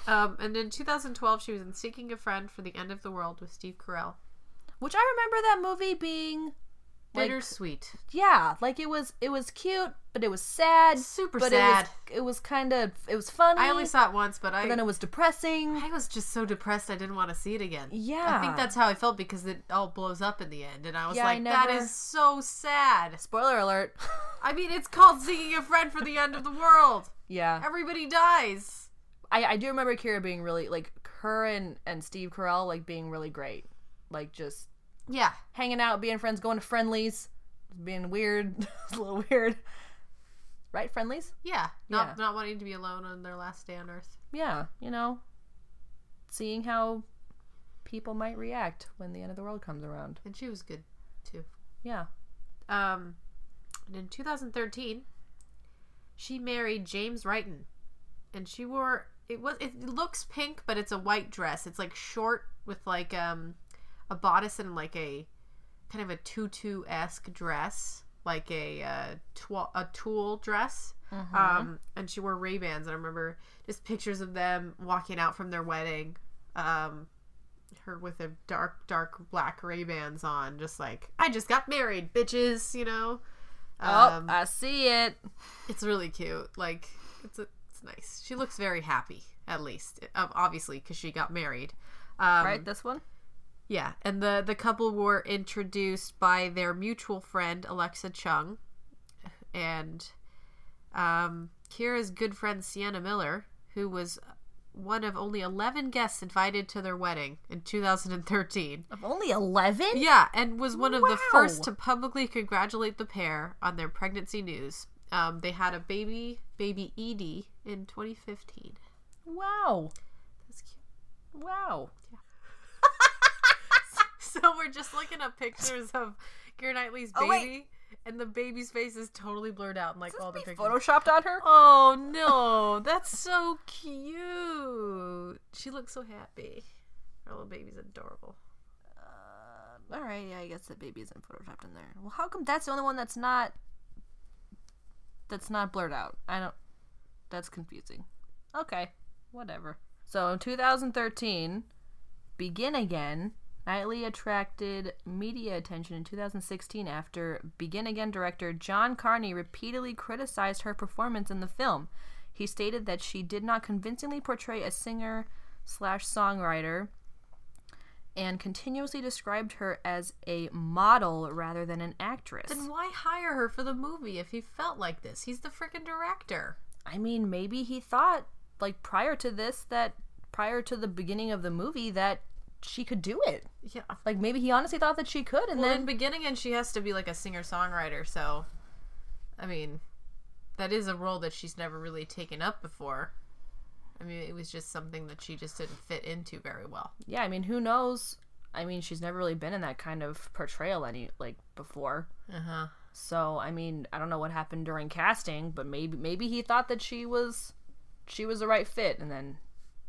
[SPEAKER 2] um, and in 2012, she was in Seeking a Friend for the End of the World with Steve Carell.
[SPEAKER 1] Which I remember that movie being Like-
[SPEAKER 2] Bittersweet.
[SPEAKER 1] yeah, like it was it was cute, but it was sad.
[SPEAKER 2] Super
[SPEAKER 1] but
[SPEAKER 2] sad.
[SPEAKER 1] It was, it was kind of it was funny.
[SPEAKER 2] I only saw it once, but I
[SPEAKER 1] and then it was depressing.
[SPEAKER 2] I was just so depressed I didn't want to see it again.
[SPEAKER 1] Yeah.
[SPEAKER 2] I think that's how I felt because it all blows up in the end and I was
[SPEAKER 1] Yeah, I
[SPEAKER 2] like that
[SPEAKER 1] never-
[SPEAKER 2] is so sad.
[SPEAKER 1] Spoiler alert.
[SPEAKER 2] I mean it's called Singing a Friend for the End of the World.
[SPEAKER 1] [laughs] yeah.
[SPEAKER 2] Everybody dies.
[SPEAKER 1] I, I do remember Kira being really like her and and Steve Carell like being really great. Like just
[SPEAKER 2] Yeah.
[SPEAKER 1] hanging out, being friends, going to friendlies, being weird, [laughs] It's a little weird. Right, friendlies?
[SPEAKER 2] Yeah. Not
[SPEAKER 1] Yeah.
[SPEAKER 2] not wanting to be alone on their last day on earth.
[SPEAKER 1] yeah, you know, seeing how people might react when the end of the world comes around.
[SPEAKER 2] And she was good too.
[SPEAKER 1] Yeah.
[SPEAKER 2] Um and in 2013 she married James Wrighton and she wore it was it looks pink but it's a white dress. It's like short with like um a bodice and like a kind of a tutu-esque dress, like a uh, tw- a tulle dress.
[SPEAKER 1] Uh-huh.
[SPEAKER 2] Um and she wore Ray-Bans and I remember just pictures of them walking out from their wedding. Um her with a dark, dark black Ray Bans on, just like I just got married, bitches. You know,
[SPEAKER 1] oh,
[SPEAKER 2] um,
[SPEAKER 1] I see it.
[SPEAKER 2] it's really cute. Like it's a, it's nice. She looks very happy, at least, ob- obviously, because she got married. Um,
[SPEAKER 1] right, this one.
[SPEAKER 2] Yeah, and the the couple were introduced by their mutual friend Alexa Chung, and um, Kira's good friend Sienna Miller, who was one of only eleven guests invited to their wedding in 2013.
[SPEAKER 1] Of only eleven.
[SPEAKER 2] Yeah, and was one of the
[SPEAKER 1] Oh, Wow.
[SPEAKER 2] first to publicly congratulate the pair on their pregnancy news. Um, they had a baby, baby Edie, in 2015.
[SPEAKER 1] Wow.
[SPEAKER 2] That's cute.
[SPEAKER 1] Wow.
[SPEAKER 2] [laughs] So we're just looking at pictures of Keira Knightley's
[SPEAKER 1] Oh,
[SPEAKER 2] baby,
[SPEAKER 1] wait.
[SPEAKER 2] and the baby's face is totally blurred out in like all the pictures.
[SPEAKER 1] photoshopped on her.
[SPEAKER 2] oh no, that's so cute. She looks so happy. Her little baby's adorable.
[SPEAKER 1] all right. Yeah, I guess the baby isn't photoshopped in there. Well, how come that's the only one that's not that's not blurred out? I don't. That's confusing. Okay. Whatever. So in 2013, Begin Again, Knightley attracted media attention in 2016 after Begin Again director John Carney repeatedly criticized her performance in the film. He stated that she did not convincingly portray a singer slash songwriter and continuously described her as a model rather than an actress.
[SPEAKER 2] Then why hire her for the movie if he felt like this? He's the freaking director.
[SPEAKER 1] I mean, maybe he thought, like, prior to this, that prior to the beginning of the movie, that she could do it.
[SPEAKER 2] Yeah.
[SPEAKER 1] Like, maybe he honestly thought that she could, and
[SPEAKER 2] Well, in
[SPEAKER 1] then.
[SPEAKER 2] beginning, and she has to be like a singer songwriter. So, I mean, that is a role that she's never really taken up before. I mean, it was just something that she just didn't fit into very well.
[SPEAKER 1] Yeah, I mean, who knows? I mean, she's never really been in that kind of portrayal any like before.
[SPEAKER 2] Uh huh.
[SPEAKER 1] So, I mean, I don't know what happened during casting, but maybe maybe he thought that she was she was the right fit and then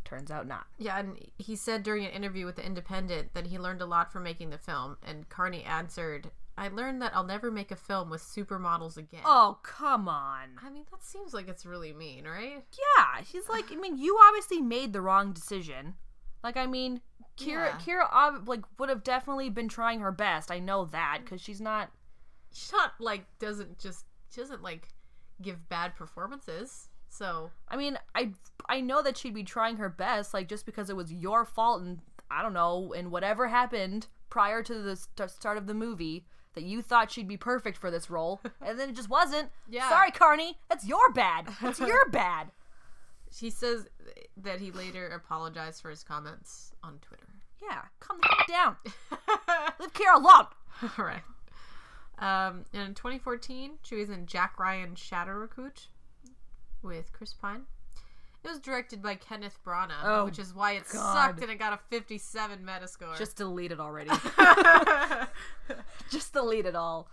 [SPEAKER 1] turns out not.
[SPEAKER 2] Yeah, and he said during an interview with The Independent that he learned a lot from making the film. And Carney answered, I learned that I'll never make a film with supermodels again.
[SPEAKER 1] Oh, come on.
[SPEAKER 2] I mean, that seems like it's really mean, right?
[SPEAKER 1] Yeah, he's like, I mean, you obviously made the wrong decision. Like, I mean, Kira,
[SPEAKER 2] Yeah.
[SPEAKER 1] Kira, ob- like, would have definitely been trying her best. I know that because she's not.
[SPEAKER 2] She's not like, doesn't just, she doesn't like give bad performances. So,
[SPEAKER 1] I mean, I, I know that she'd be trying her best. Like, just because it was your fault, and I don't know, and whatever happened prior to the st- start of the movie that you thought she'd be perfect for this role, and then it just wasn't.
[SPEAKER 2] Yeah.
[SPEAKER 1] Sorry, Carney, that's your bad. That's your bad.
[SPEAKER 2] He says that he later apologized for his comments on
[SPEAKER 1] [laughs]
[SPEAKER 2] Twitter.
[SPEAKER 1] Yeah, calm the f- down. Leave Kira alone.
[SPEAKER 2] All right. Um, and in 2014, she was in Jack Ryan Shadow Recruit with Chris Pine. It was directed by Kenneth Branagh,
[SPEAKER 1] Oh,
[SPEAKER 2] which is why it
[SPEAKER 1] God.
[SPEAKER 2] sucked and it got a 57 Metascore.
[SPEAKER 1] Just [laughs] delete it already. [laughs] Just delete it all.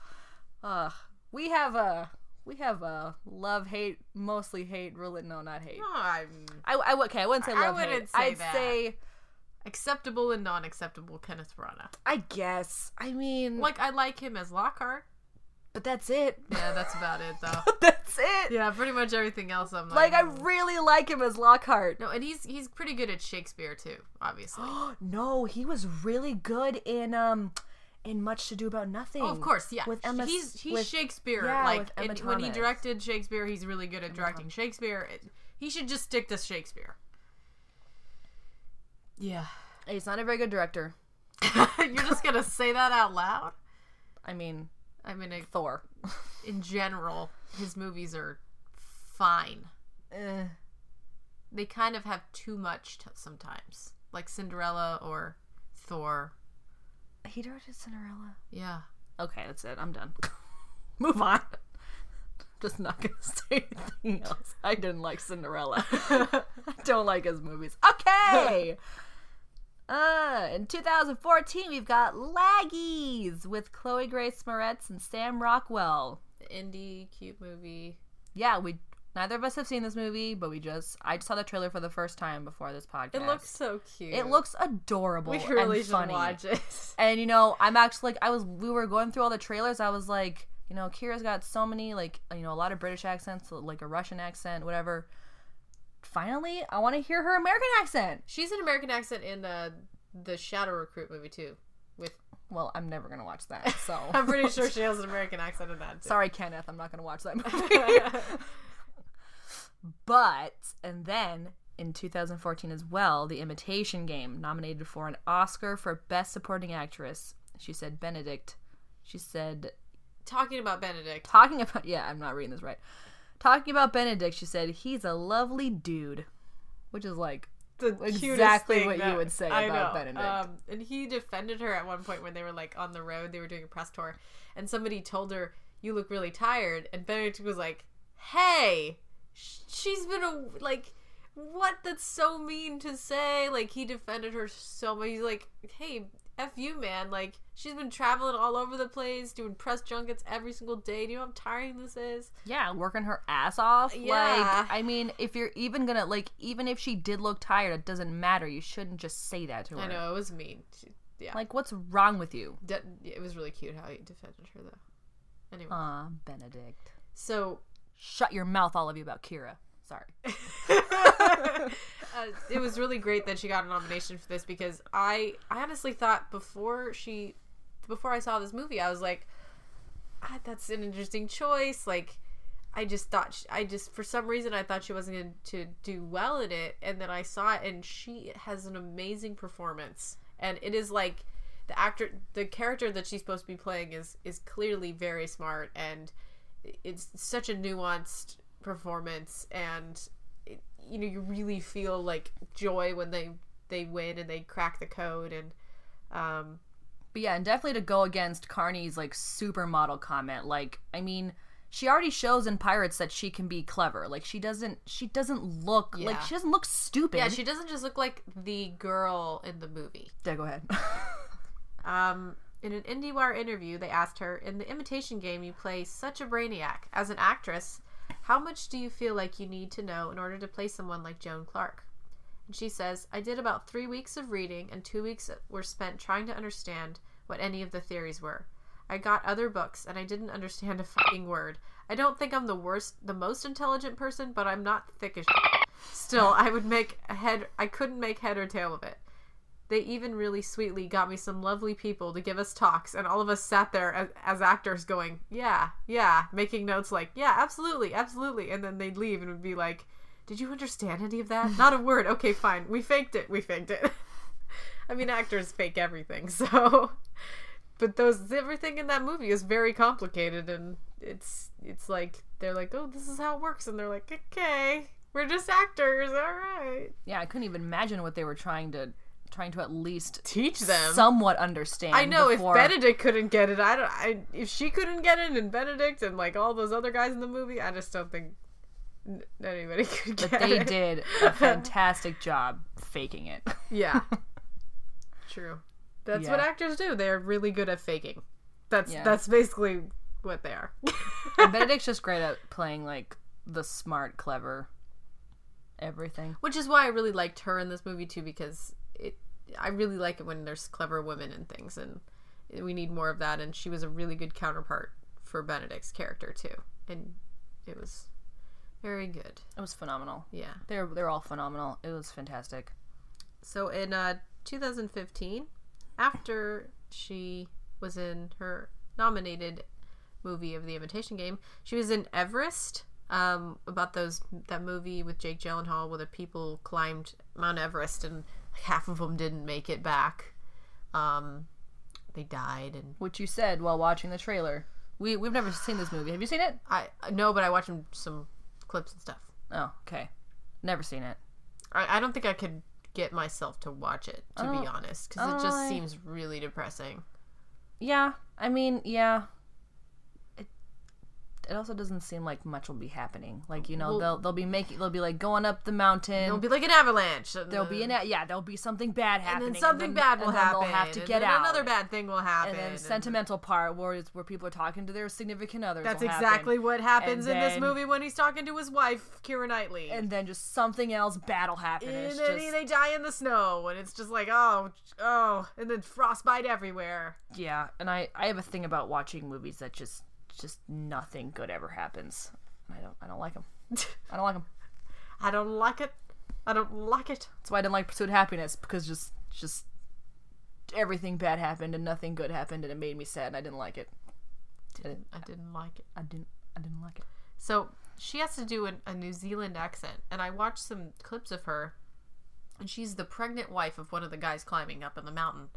[SPEAKER 1] Ugh. We have a We have a love hate, mostly hate, really no, not hate.
[SPEAKER 2] No, [laughs] I'm
[SPEAKER 1] I, I okay, I wouldn't say
[SPEAKER 2] I
[SPEAKER 1] love hate.
[SPEAKER 2] wouldn't say
[SPEAKER 1] I'd
[SPEAKER 2] that.
[SPEAKER 1] say
[SPEAKER 2] acceptable and non-acceptable Kenneth Branagh.
[SPEAKER 1] I guess. I mean,
[SPEAKER 2] Like I like him as Lockhart.
[SPEAKER 1] but that's it. [laughs]
[SPEAKER 2] Yeah, that's about it though.
[SPEAKER 1] that's it.
[SPEAKER 2] Yeah, pretty much everything else I'm like,
[SPEAKER 1] Like I really like him as Lockhart. [gasps]
[SPEAKER 2] No, and he's he's pretty good at Shakespeare too, obviously.
[SPEAKER 1] no, he was really good in um in Much to Do About Nothing.
[SPEAKER 2] Oh, of course, yeah.
[SPEAKER 1] With Emma,
[SPEAKER 2] he's he's
[SPEAKER 1] with-
[SPEAKER 2] Shakespeare.
[SPEAKER 1] yeah,
[SPEAKER 2] like
[SPEAKER 1] with Emma
[SPEAKER 2] and when he
[SPEAKER 1] Thomas.
[SPEAKER 2] directed Shakespeare, he's really good at directing Shakespeare. It- he should just stick to Shakespeare. Yeah,
[SPEAKER 1] He's not a very good director.
[SPEAKER 2] [laughs] you're just gonna say that out loud.
[SPEAKER 1] I mean,
[SPEAKER 2] I mean, it-
[SPEAKER 1] Thor.
[SPEAKER 2] in general, his movies are fine.
[SPEAKER 1] Eh.
[SPEAKER 2] They kind of have too much t- sometimes, like Cinderella or Thor.
[SPEAKER 1] He directed Cinderella.
[SPEAKER 2] Yeah,
[SPEAKER 1] Okay, that's it. I'm done. [laughs] Move on. [laughs] Just not gonna [laughs] say anything else. I didn't like Cinderella. [laughs] I don't like his movies.
[SPEAKER 2] [laughs]
[SPEAKER 1] Okay. Uh, in 2014, we've got Laggies with Chloe Grace Moretz and Sam Rockwell.
[SPEAKER 2] the indie cute movie.
[SPEAKER 1] Yeah, we neither of us have seen this movie, but we just I just saw the trailer for the first time before this podcast.
[SPEAKER 2] It looks so cute.
[SPEAKER 1] it looks adorable.
[SPEAKER 2] We really
[SPEAKER 1] and
[SPEAKER 2] should
[SPEAKER 1] funny.
[SPEAKER 2] watch it. [laughs]
[SPEAKER 1] And you know, I'm actually like I was we were going through all the trailers. I was like, you know, Kira's got so many like you know a lot of British accents, like a Russian accent, whatever. Finally, I want to hear her American accent.
[SPEAKER 2] She's an American accent in uh, the Shadow Recruit movie too. With
[SPEAKER 1] Well, I'm never gonna watch that. So
[SPEAKER 2] I'm pretty sure she has an American accent in that.
[SPEAKER 1] [laughs]
[SPEAKER 2] Too.
[SPEAKER 1] Sorry, Kenneth, I'm not gonna watch that
[SPEAKER 2] [laughs]
[SPEAKER 1] movie. but and then in 2014 as well, The Imitation Game nominated for an Oscar for Best Supporting Actress. She said Benedict. She said
[SPEAKER 2] Talking about Benedict,
[SPEAKER 1] talking about [laughs] yeah i'm not reading this right talking about benedict she said he's a lovely dude which is like
[SPEAKER 2] the
[SPEAKER 1] Exactly
[SPEAKER 2] cutest thing
[SPEAKER 1] what you
[SPEAKER 2] that-
[SPEAKER 1] would say
[SPEAKER 2] I
[SPEAKER 1] about
[SPEAKER 2] know.
[SPEAKER 1] Benedict.
[SPEAKER 2] Um, and he defended her at one point when they were like on the road, they were doing a press tour, and somebody told her, "You look really tired," and Benedict was like, "Hey, sh- she's been a like." What? That's so mean to say. Like he defended her so much. He's like, "Hey, f you, man. Like she's been traveling all over the place, doing press junkets every single day. Do you know how tiring this is?"
[SPEAKER 1] yeah working her ass off
[SPEAKER 2] Yeah.
[SPEAKER 1] like i mean if you're even gonna like even if she did look tired it doesn't matter you shouldn't just say that to her
[SPEAKER 2] I know it was mean. She, yeah,
[SPEAKER 1] like what's wrong with you
[SPEAKER 2] De- it was really cute how he defended her though. Anyway,
[SPEAKER 1] ah benedict
[SPEAKER 2] so [laughs]
[SPEAKER 1] shut your mouth all of you about kira sorry
[SPEAKER 2] uh, it was really great that she got a nomination for this because I I honestly thought before she before I saw this movie I was like ah, that's an interesting choice like I just thought she, I just for some reason I thought she wasn't going to do well in it and then I saw it and she has an amazing performance and it is like the actor the character that she's supposed to be playing is is clearly very smart and it's such a nuanced performance and it, you know you really feel like joy when they they win and they crack the code and um
[SPEAKER 1] But yeah, and definitely to go against Carney's like supermodel comment. Like, I mean, she already shows in Pirates that she can be clever. Like, she doesn't she doesn't look like
[SPEAKER 2] Yeah.
[SPEAKER 1] she doesn't look stupid.
[SPEAKER 2] yeah she doesn't just look like the girl in the movie
[SPEAKER 1] Yeah, go ahead. [laughs]
[SPEAKER 2] um in an IndieWire interview, they asked her, "In the Imitation Game, you play such a brainiac. As an actress, how much do you feel like you need to know in order to play someone like Joan Clark?" And she says, "I did about three weeks of reading, and two weeks were spent trying to understand what any of the theories were. I got other books, and I didn't understand a fucking word. I don't think I'm the worst, the most intelligent person, but I'm not thick as shit. Still, I would make a head. I couldn't make head or tail of it." They even really sweetly got me some lovely people to give us talks, and all of us sat there as, as actors going, Yeah, yeah, making notes like, Yeah, absolutely, absolutely. And then they'd leave and would be like, Did you understand any of that? Not a word. Okay, fine. We faked it. We faked it. [laughs] I mean, actors fake everything, [laughs] so. But those everything in that movie is very complicated, and it's it's like they're like, oh, this is how it works, and they're like, okay, we're just actors, all right.
[SPEAKER 1] yeah, I couldn't even imagine what they were trying to trying to at least
[SPEAKER 2] Teach them
[SPEAKER 1] somewhat understand.
[SPEAKER 2] I know
[SPEAKER 1] before-
[SPEAKER 2] if Benedict couldn't get it, I don't. I if she couldn't get it, and Benedict and like all those other guys in the movie, I just don't think n- anybody [laughs] could get
[SPEAKER 1] But they
[SPEAKER 2] it.
[SPEAKER 1] did a fantastic [laughs] job faking it.
[SPEAKER 2] [laughs] Yeah, true. That's what
[SPEAKER 1] Yeah.
[SPEAKER 2] actors do. They're really good at faking. That's
[SPEAKER 1] Yeah.
[SPEAKER 2] that's basically what they are. [laughs]
[SPEAKER 1] Benedict's just great at playing like the smart, clever, everything.
[SPEAKER 2] Which is why I really liked her in this movie too, because it I really like it when there's clever women and things, and we need more of that. And she was a really good counterpart for Benedict's character too, and it was very good.
[SPEAKER 1] It was phenomenal.
[SPEAKER 2] Yeah.
[SPEAKER 1] They're they're all phenomenal. It was fantastic.
[SPEAKER 2] So in uh, 2015, after she was in her nominated movie of The Imitation Game, she was in Everest. Um, about those that movie with Jake Gyllenhaal, where the people climbed Mount Everest and half of them didn't make it back. Um, they died, and
[SPEAKER 1] What you said while watching the trailer. We we've never seen this movie. Have you seen it?
[SPEAKER 2] I no, but I watched them some clips and stuff.
[SPEAKER 1] Oh, okay. Never seen it.
[SPEAKER 2] I, I don't think I could get myself to watch it to be honest, because it just
[SPEAKER 1] I-
[SPEAKER 2] seems really depressing.
[SPEAKER 1] Yeah, I mean, yeah. It it also doesn't seem like much will be happening. Like you know,
[SPEAKER 2] Well-
[SPEAKER 1] they'll they'll be making they'll be like going up the mountain.
[SPEAKER 2] It'll be like an avalanche. and
[SPEAKER 1] There'll be
[SPEAKER 2] then-
[SPEAKER 1] an yeah. There'll be something bad happening.
[SPEAKER 2] and then something
[SPEAKER 1] then-
[SPEAKER 2] bad will
[SPEAKER 1] and then
[SPEAKER 2] happen.
[SPEAKER 1] They'll have to
[SPEAKER 2] and
[SPEAKER 1] get
[SPEAKER 2] then
[SPEAKER 1] out.
[SPEAKER 2] Another bad thing will happen.
[SPEAKER 1] And then
[SPEAKER 2] and-
[SPEAKER 1] sentimental part where it's, where people are talking to their significant others.
[SPEAKER 2] That's
[SPEAKER 1] will happen.
[SPEAKER 2] exactly what happens
[SPEAKER 1] And
[SPEAKER 2] in this
[SPEAKER 1] then-
[SPEAKER 2] movie when he's talking to his wife, Kira Knightley.
[SPEAKER 1] And then just something else bad will happen.
[SPEAKER 2] and
[SPEAKER 1] It's
[SPEAKER 2] then
[SPEAKER 1] just-
[SPEAKER 2] they die in the snow, and it's just like, oh, oh, and then frostbite everywhere.
[SPEAKER 1] yeah. And I I have a thing about watching movies that just just nothing good ever happens. I don't I don't like them. [laughs] I don't like them.
[SPEAKER 2] I don't like it. I don't like it.
[SPEAKER 1] That's why I didn't like Pursuit of Happiness because just just everything bad happened and nothing good happened and it made me sad and I didn't like it.
[SPEAKER 2] Didn't, I didn't like it.
[SPEAKER 1] I didn't I didn't like it.
[SPEAKER 2] So she has to do an, a New Zealand accent, and I watched some clips of her, and she's the pregnant wife of one of the guys climbing up in
[SPEAKER 1] [gasps]
[SPEAKER 2] the mountain.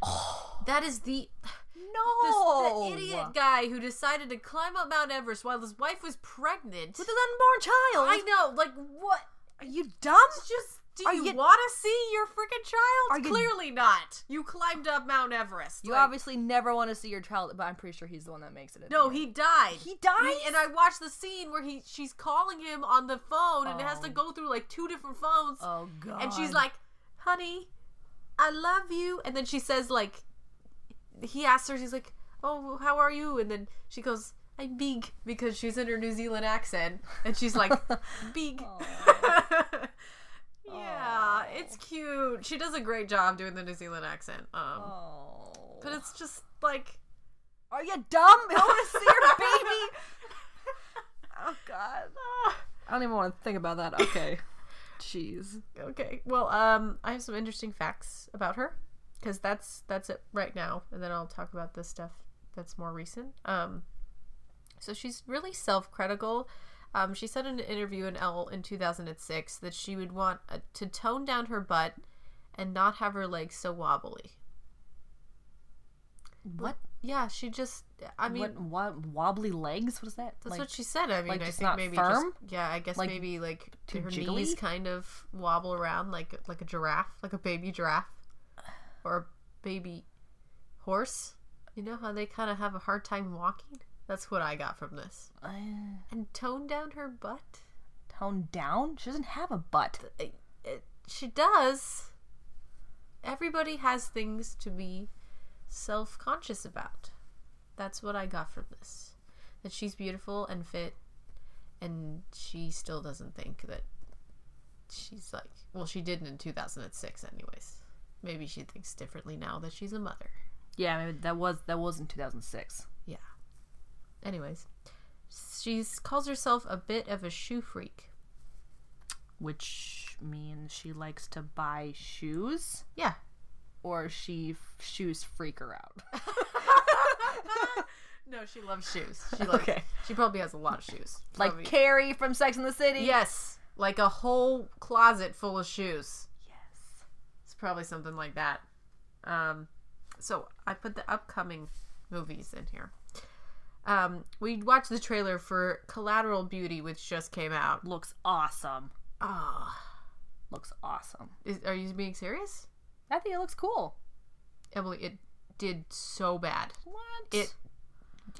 [SPEAKER 2] That is the this,
[SPEAKER 1] No,
[SPEAKER 2] the idiot guy who decided to climb up Mount Everest while his wife was pregnant.
[SPEAKER 1] with an unborn child.
[SPEAKER 2] I know, like what?
[SPEAKER 1] Are you dumb?
[SPEAKER 2] Just do
[SPEAKER 1] Are
[SPEAKER 2] you,
[SPEAKER 1] you-
[SPEAKER 2] want to see your freaking child?
[SPEAKER 1] Are you-
[SPEAKER 2] Clearly not. You climbed up Mount Everest.
[SPEAKER 1] You
[SPEAKER 2] Like,
[SPEAKER 1] obviously never want to see your child, but I'm pretty sure he's the one that makes it. in
[SPEAKER 2] no,
[SPEAKER 1] the
[SPEAKER 2] he died.
[SPEAKER 1] end. he dies.
[SPEAKER 2] and I watched the scene where he she's calling him on the phone and has to go through like two different phones.
[SPEAKER 1] oh god.
[SPEAKER 2] and she's like, "Honey, I love you." And then she says like, he asks her, she's like, "Oh, how are you?" And then she goes, "I'm big" because she's in her New Zealand accent, and she's like, "Big." [laughs] yeah, it's cute. She does a great job doing the New Zealand accent. Um,
[SPEAKER 1] Oh.
[SPEAKER 2] but it's just like.
[SPEAKER 1] Are you dumb? [laughs] I want to see your baby. [laughs] oh god. I don't even want to think about that. [laughs] Okay. Jeez.
[SPEAKER 2] Okay. Well, um, I have some interesting facts about her because that's that's it right now, and then I'll talk about the stuff that's more recent. Um, so she's really self-critical. Um, she said in an interview in Elle in 2006 that she would want uh to tone down her butt and not have her legs so wobbly.
[SPEAKER 1] What?
[SPEAKER 2] Yeah, she just. I mean,
[SPEAKER 1] what, what wobbly legs? What is that?
[SPEAKER 2] that's
[SPEAKER 1] like,
[SPEAKER 2] what she said. I mean,
[SPEAKER 1] like
[SPEAKER 2] I
[SPEAKER 1] just
[SPEAKER 2] think
[SPEAKER 1] not
[SPEAKER 2] maybe
[SPEAKER 1] firm?
[SPEAKER 2] just yeah. I guess
[SPEAKER 1] Like,
[SPEAKER 2] maybe like
[SPEAKER 1] too
[SPEAKER 2] her
[SPEAKER 1] jiggly?
[SPEAKER 2] knees kind of wobble around like like a giraffe, like a baby giraffe, or a baby horse. You know how they kind of have a hard time walking. That's what I got from this.
[SPEAKER 1] uh,
[SPEAKER 2] And tone down her butt.
[SPEAKER 1] toned down. She doesn't have a butt.
[SPEAKER 2] It, it, she does. Everybody has things to be self conscious about. That's what I got from this. That she's beautiful and fit, and she still doesn't think that she's like, well, she didn't in 2006, anyways. Maybe she thinks differently now that she's a mother.
[SPEAKER 1] Yeah, maybe that was that was in 2006.
[SPEAKER 2] Yeah. Anyways, she calls herself a bit of a shoe freak.
[SPEAKER 1] which means she likes to buy shoes
[SPEAKER 2] Yeah.
[SPEAKER 1] or she f- shoes freak her [laughs] out.
[SPEAKER 2] No, she loves shoes. [laughs] She loves,
[SPEAKER 1] Okay.
[SPEAKER 2] She probably has a lot of shoes.
[SPEAKER 1] like
[SPEAKER 2] Probably-
[SPEAKER 1] Carrie from Sex and the City.
[SPEAKER 2] Yes, like a whole closet full of shoes.
[SPEAKER 1] Yes.
[SPEAKER 2] It's probably something like that. Um, so I put the upcoming movies in here. Um, we watched the trailer for Collateral Beauty, which just came out.
[SPEAKER 1] Looks awesome.
[SPEAKER 2] Oh,
[SPEAKER 1] Looks awesome.
[SPEAKER 2] is, are you being serious,
[SPEAKER 1] I think it looks cool.
[SPEAKER 2] Emily? It did so bad.
[SPEAKER 1] What?
[SPEAKER 2] It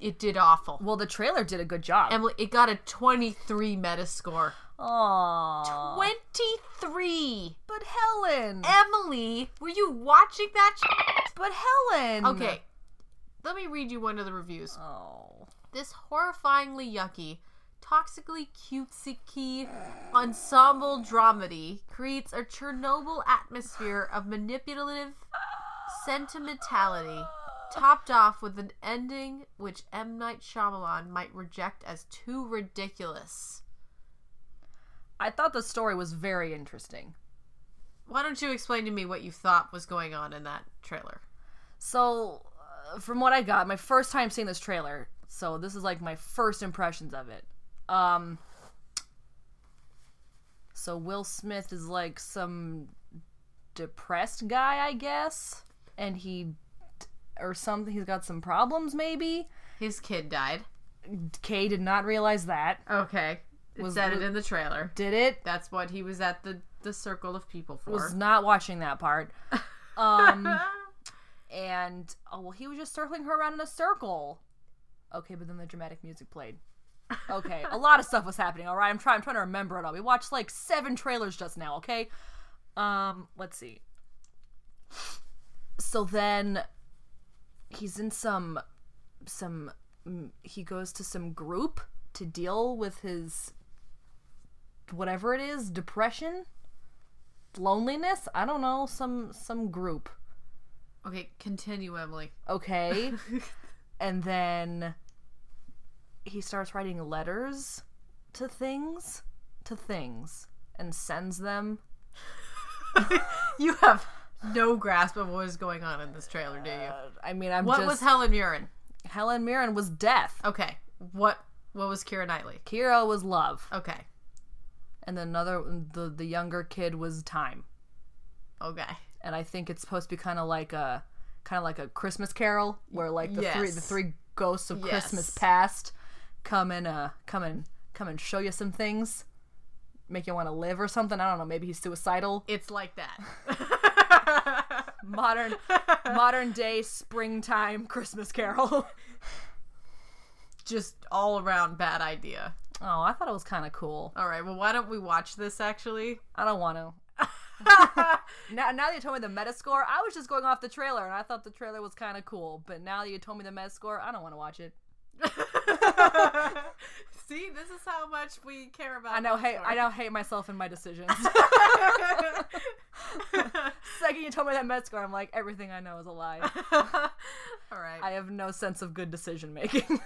[SPEAKER 2] it did awful.
[SPEAKER 1] Well, the trailer did a good job.
[SPEAKER 2] Emily, it got a twenty-three Metascore.
[SPEAKER 1] Aww.
[SPEAKER 2] Twenty-three.
[SPEAKER 1] but Helen.
[SPEAKER 2] Emily, were you watching that? sh-
[SPEAKER 1] Eh, but Helen.
[SPEAKER 2] Mm-hmm. Okay. Let me read you one of the reviews.
[SPEAKER 1] Oh.
[SPEAKER 2] This horrifyingly yucky, toxically cutesy ensemble dramedy creates a Chernobyl atmosphere of manipulative sentimentality, topped off with an ending which M. Night Shyamalan might reject as too ridiculous.
[SPEAKER 1] I thought the story was very interesting.
[SPEAKER 2] Why don't you explain to me what you thought was going on in that trailer?
[SPEAKER 1] So, uh, from what I got, my first time seeing this trailer, so this is like my first impressions of it. Um, so Will Smith is like some depressed guy, I guess, and he or something. He's got some problems, maybe.
[SPEAKER 2] His kid died.
[SPEAKER 1] Kay did not realize that.
[SPEAKER 2] Okay. It
[SPEAKER 1] Was-
[SPEAKER 2] said
[SPEAKER 1] was-
[SPEAKER 2] it in the trailer.
[SPEAKER 1] Did it?
[SPEAKER 2] That's what he was at the, the circle of people for.
[SPEAKER 1] was not watching that part. Um, and oh well, he was just circling her around in a circle. Okay, but then the dramatic music played. Okay, a lot of stuff was happening. All right, I'm trying. I'm trying to remember it all. We watched like seven trailers just now. Okay, um, let's see. So then, he's in some, some. mm, He goes to some group to deal with his whatever it is depression loneliness i don't know some some group
[SPEAKER 2] okay, continue, Emily. [laughs]
[SPEAKER 1] okay and then he starts writing letters to things to things and sends them
[SPEAKER 2] you have no grasp of what is going on in this trailer, do you?
[SPEAKER 1] Uh, i mean i'm
[SPEAKER 2] what
[SPEAKER 1] just
[SPEAKER 2] was Helen Mirren?
[SPEAKER 1] helen mirren was death
[SPEAKER 2] Okay. What what was Kira Knightley?
[SPEAKER 1] kira was love
[SPEAKER 2] Okay.
[SPEAKER 1] and then another the the younger kid was time
[SPEAKER 2] Okay.
[SPEAKER 1] and i think it's supposed to be kind of like a kind of like a christmas carol where like the three
[SPEAKER 2] Yes.
[SPEAKER 1] the three ghosts of
[SPEAKER 2] Yes.
[SPEAKER 1] christmas past come and uh come and come and show you some things make you want to live or something i don't know maybe he's suicidal
[SPEAKER 2] It's like that.
[SPEAKER 1] [laughs]
[SPEAKER 2] [laughs]
[SPEAKER 1] modern modern day springtime Christmas Carol.
[SPEAKER 2] Just all around bad idea.
[SPEAKER 1] [laughs] oh, I thought it was kind of cool.
[SPEAKER 2] All right. Well, why don't we watch
[SPEAKER 1] [laughs]
[SPEAKER 2] this actually?
[SPEAKER 1] I don't want to. Now, now that you told me the Metascore, I was just going off the trailer, and I thought the trailer was kind of cool. But now that you told me the Metascore, I don't want to watch it.
[SPEAKER 2] See, this is how much we care about.
[SPEAKER 1] I now hate I now hate myself and my [laughs] decisions. Second you told me that Metascore, I'm like everything I know is a [laughs] lie.
[SPEAKER 2] [laughs] all right.
[SPEAKER 1] I have no sense of good decision making.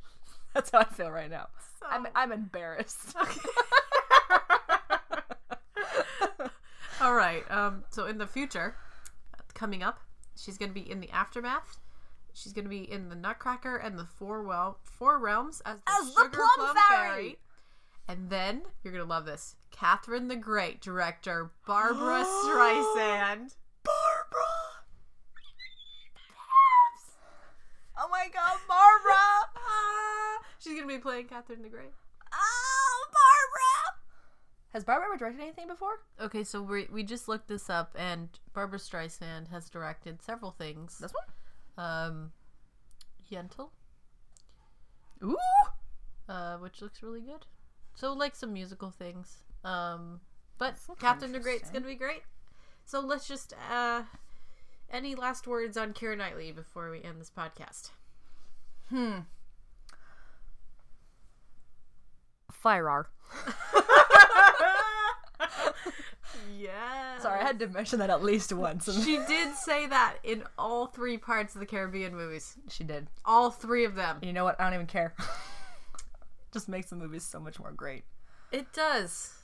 [SPEAKER 1] [laughs] That's how I feel right now. I'm
[SPEAKER 2] So-
[SPEAKER 1] I'm embarrassed.
[SPEAKER 2] All right. Um, so in the future, coming up, she's going to be in the aftermath. She's going to be in the Nutcracker and the Four Well Four Realms as the,
[SPEAKER 1] As the
[SPEAKER 2] Sugar
[SPEAKER 1] Plum Fairy.
[SPEAKER 2] And then you're going to love this. Catherine the Great, director
[SPEAKER 1] [gasps]
[SPEAKER 2] Barbara Streisand.
[SPEAKER 1] Barbara. Oh my god, Barbara!
[SPEAKER 2] Ah, [laughs] she's going to be playing Catherine the Great.
[SPEAKER 1] [laughs] Oh, Barbara! Has Barbara ever directed anything before?
[SPEAKER 2] Okay, so we we just looked this up, and Barbara Streisand has directed several things.
[SPEAKER 1] This one?
[SPEAKER 2] Um, Yentl,
[SPEAKER 1] Ooh!
[SPEAKER 2] uh, which looks really good. So like some musical things. Um, but
[SPEAKER 1] looks
[SPEAKER 2] Captain the Great's
[SPEAKER 1] interesting.
[SPEAKER 2] gonna be great. So let's just uh, any last words on Kira Knightley before we end this podcast?
[SPEAKER 1] Fire R.
[SPEAKER 2] Yeah.
[SPEAKER 1] Sorry, I had to mention that at least once. and-
[SPEAKER 2] She did say that in all three parts of the Caribbean movies.
[SPEAKER 1] she did.
[SPEAKER 2] All three of them.
[SPEAKER 1] And you know what? I don't even care. [laughs] Just makes the movies so much more great.
[SPEAKER 2] It does.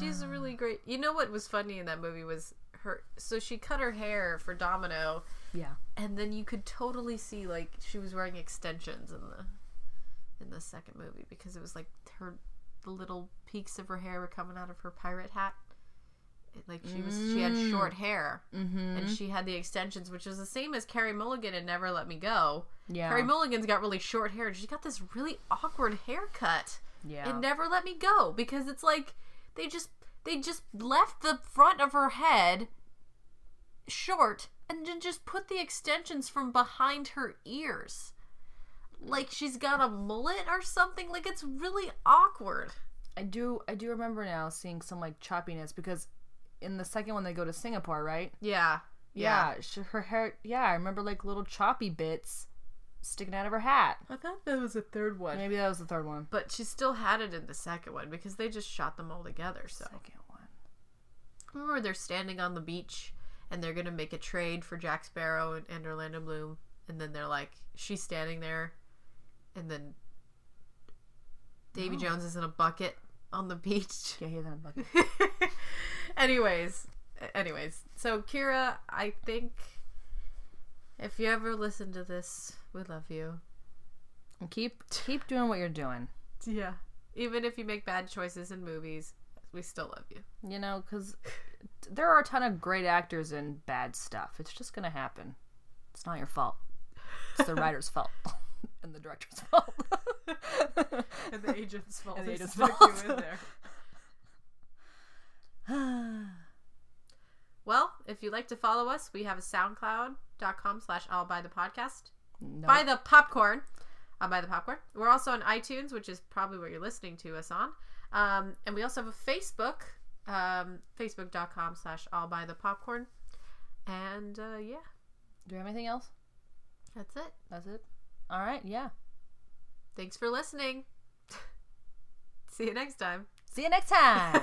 [SPEAKER 2] She's a really great. You know what was funny in that movie was her. So she cut her hair for Domino,
[SPEAKER 1] Yeah.
[SPEAKER 2] and then you could totally see like she was wearing extensions in the in the second movie because it was like her the little peaks of her hair were coming out of her pirate hat. It, like she was, she had short hair, and she had the extensions, which was the same as Carrie Mulligan in Never Let Me Go.
[SPEAKER 1] Yeah.
[SPEAKER 2] Carrie Mulligan's got really short hair, and she got this really awkward haircut
[SPEAKER 1] yeah.
[SPEAKER 2] and never let me go because it's like they just they just left the front of her head short and then just put the extensions from behind her ears like she's got a mullet or something like it's really awkward
[SPEAKER 1] I do I do remember now seeing some like choppiness because in the second one they go to Singapore, right?
[SPEAKER 2] yeah
[SPEAKER 1] Yeah, sh her hair. Yeah, I remember like little choppy bits. sticking out of her hat.
[SPEAKER 2] I thought that was the third one.
[SPEAKER 1] Maybe that was the third one.
[SPEAKER 2] But she still had it in the second one because they just shot them all together. So
[SPEAKER 1] Second one.
[SPEAKER 2] remember, they're standing on the beach and they're gonna make a trade for Jack Sparrow and, and Orlando Bloom, and then they're like, she's standing there, and then Davy Jones is in a bucket on the [laughs] beach.
[SPEAKER 1] Yeah, hear that in a bucket.
[SPEAKER 2] [laughs] anyways, anyways, so Kira, I think if you ever listen to this, we love you.
[SPEAKER 1] And keep keep doing what you're doing.
[SPEAKER 2] Yeah. Even if you make bad choices in movies, we still love you.
[SPEAKER 1] You know, [sighs] because there are a ton of great actors in bad stuff. It's just gonna happen. It's not your fault. [laughs] It's the writer's fault and the director's [laughs] fault. [sighs]
[SPEAKER 2] [laughs] And the agent's fault.
[SPEAKER 1] And the
[SPEAKER 2] They
[SPEAKER 1] agent's
[SPEAKER 2] stuck
[SPEAKER 1] fault.
[SPEAKER 2] you in there. Well, if you'd like to follow us, we have a soundcloud.com slash I'll buy the podcast.
[SPEAKER 1] no,
[SPEAKER 2] Buy the popcorn. I'll buy the popcorn. We're also on iTunes, which is probably what you're listening to us on. Um, and we also have a Facebook, um, facebook.com slash I'll buy the popcorn. And uh, yeah,
[SPEAKER 1] do we have anything else?
[SPEAKER 2] that's it.
[SPEAKER 1] That's it. All right. Yeah.
[SPEAKER 2] Thanks for listening. [laughs] See you next time.
[SPEAKER 1] See you next [laughs] time.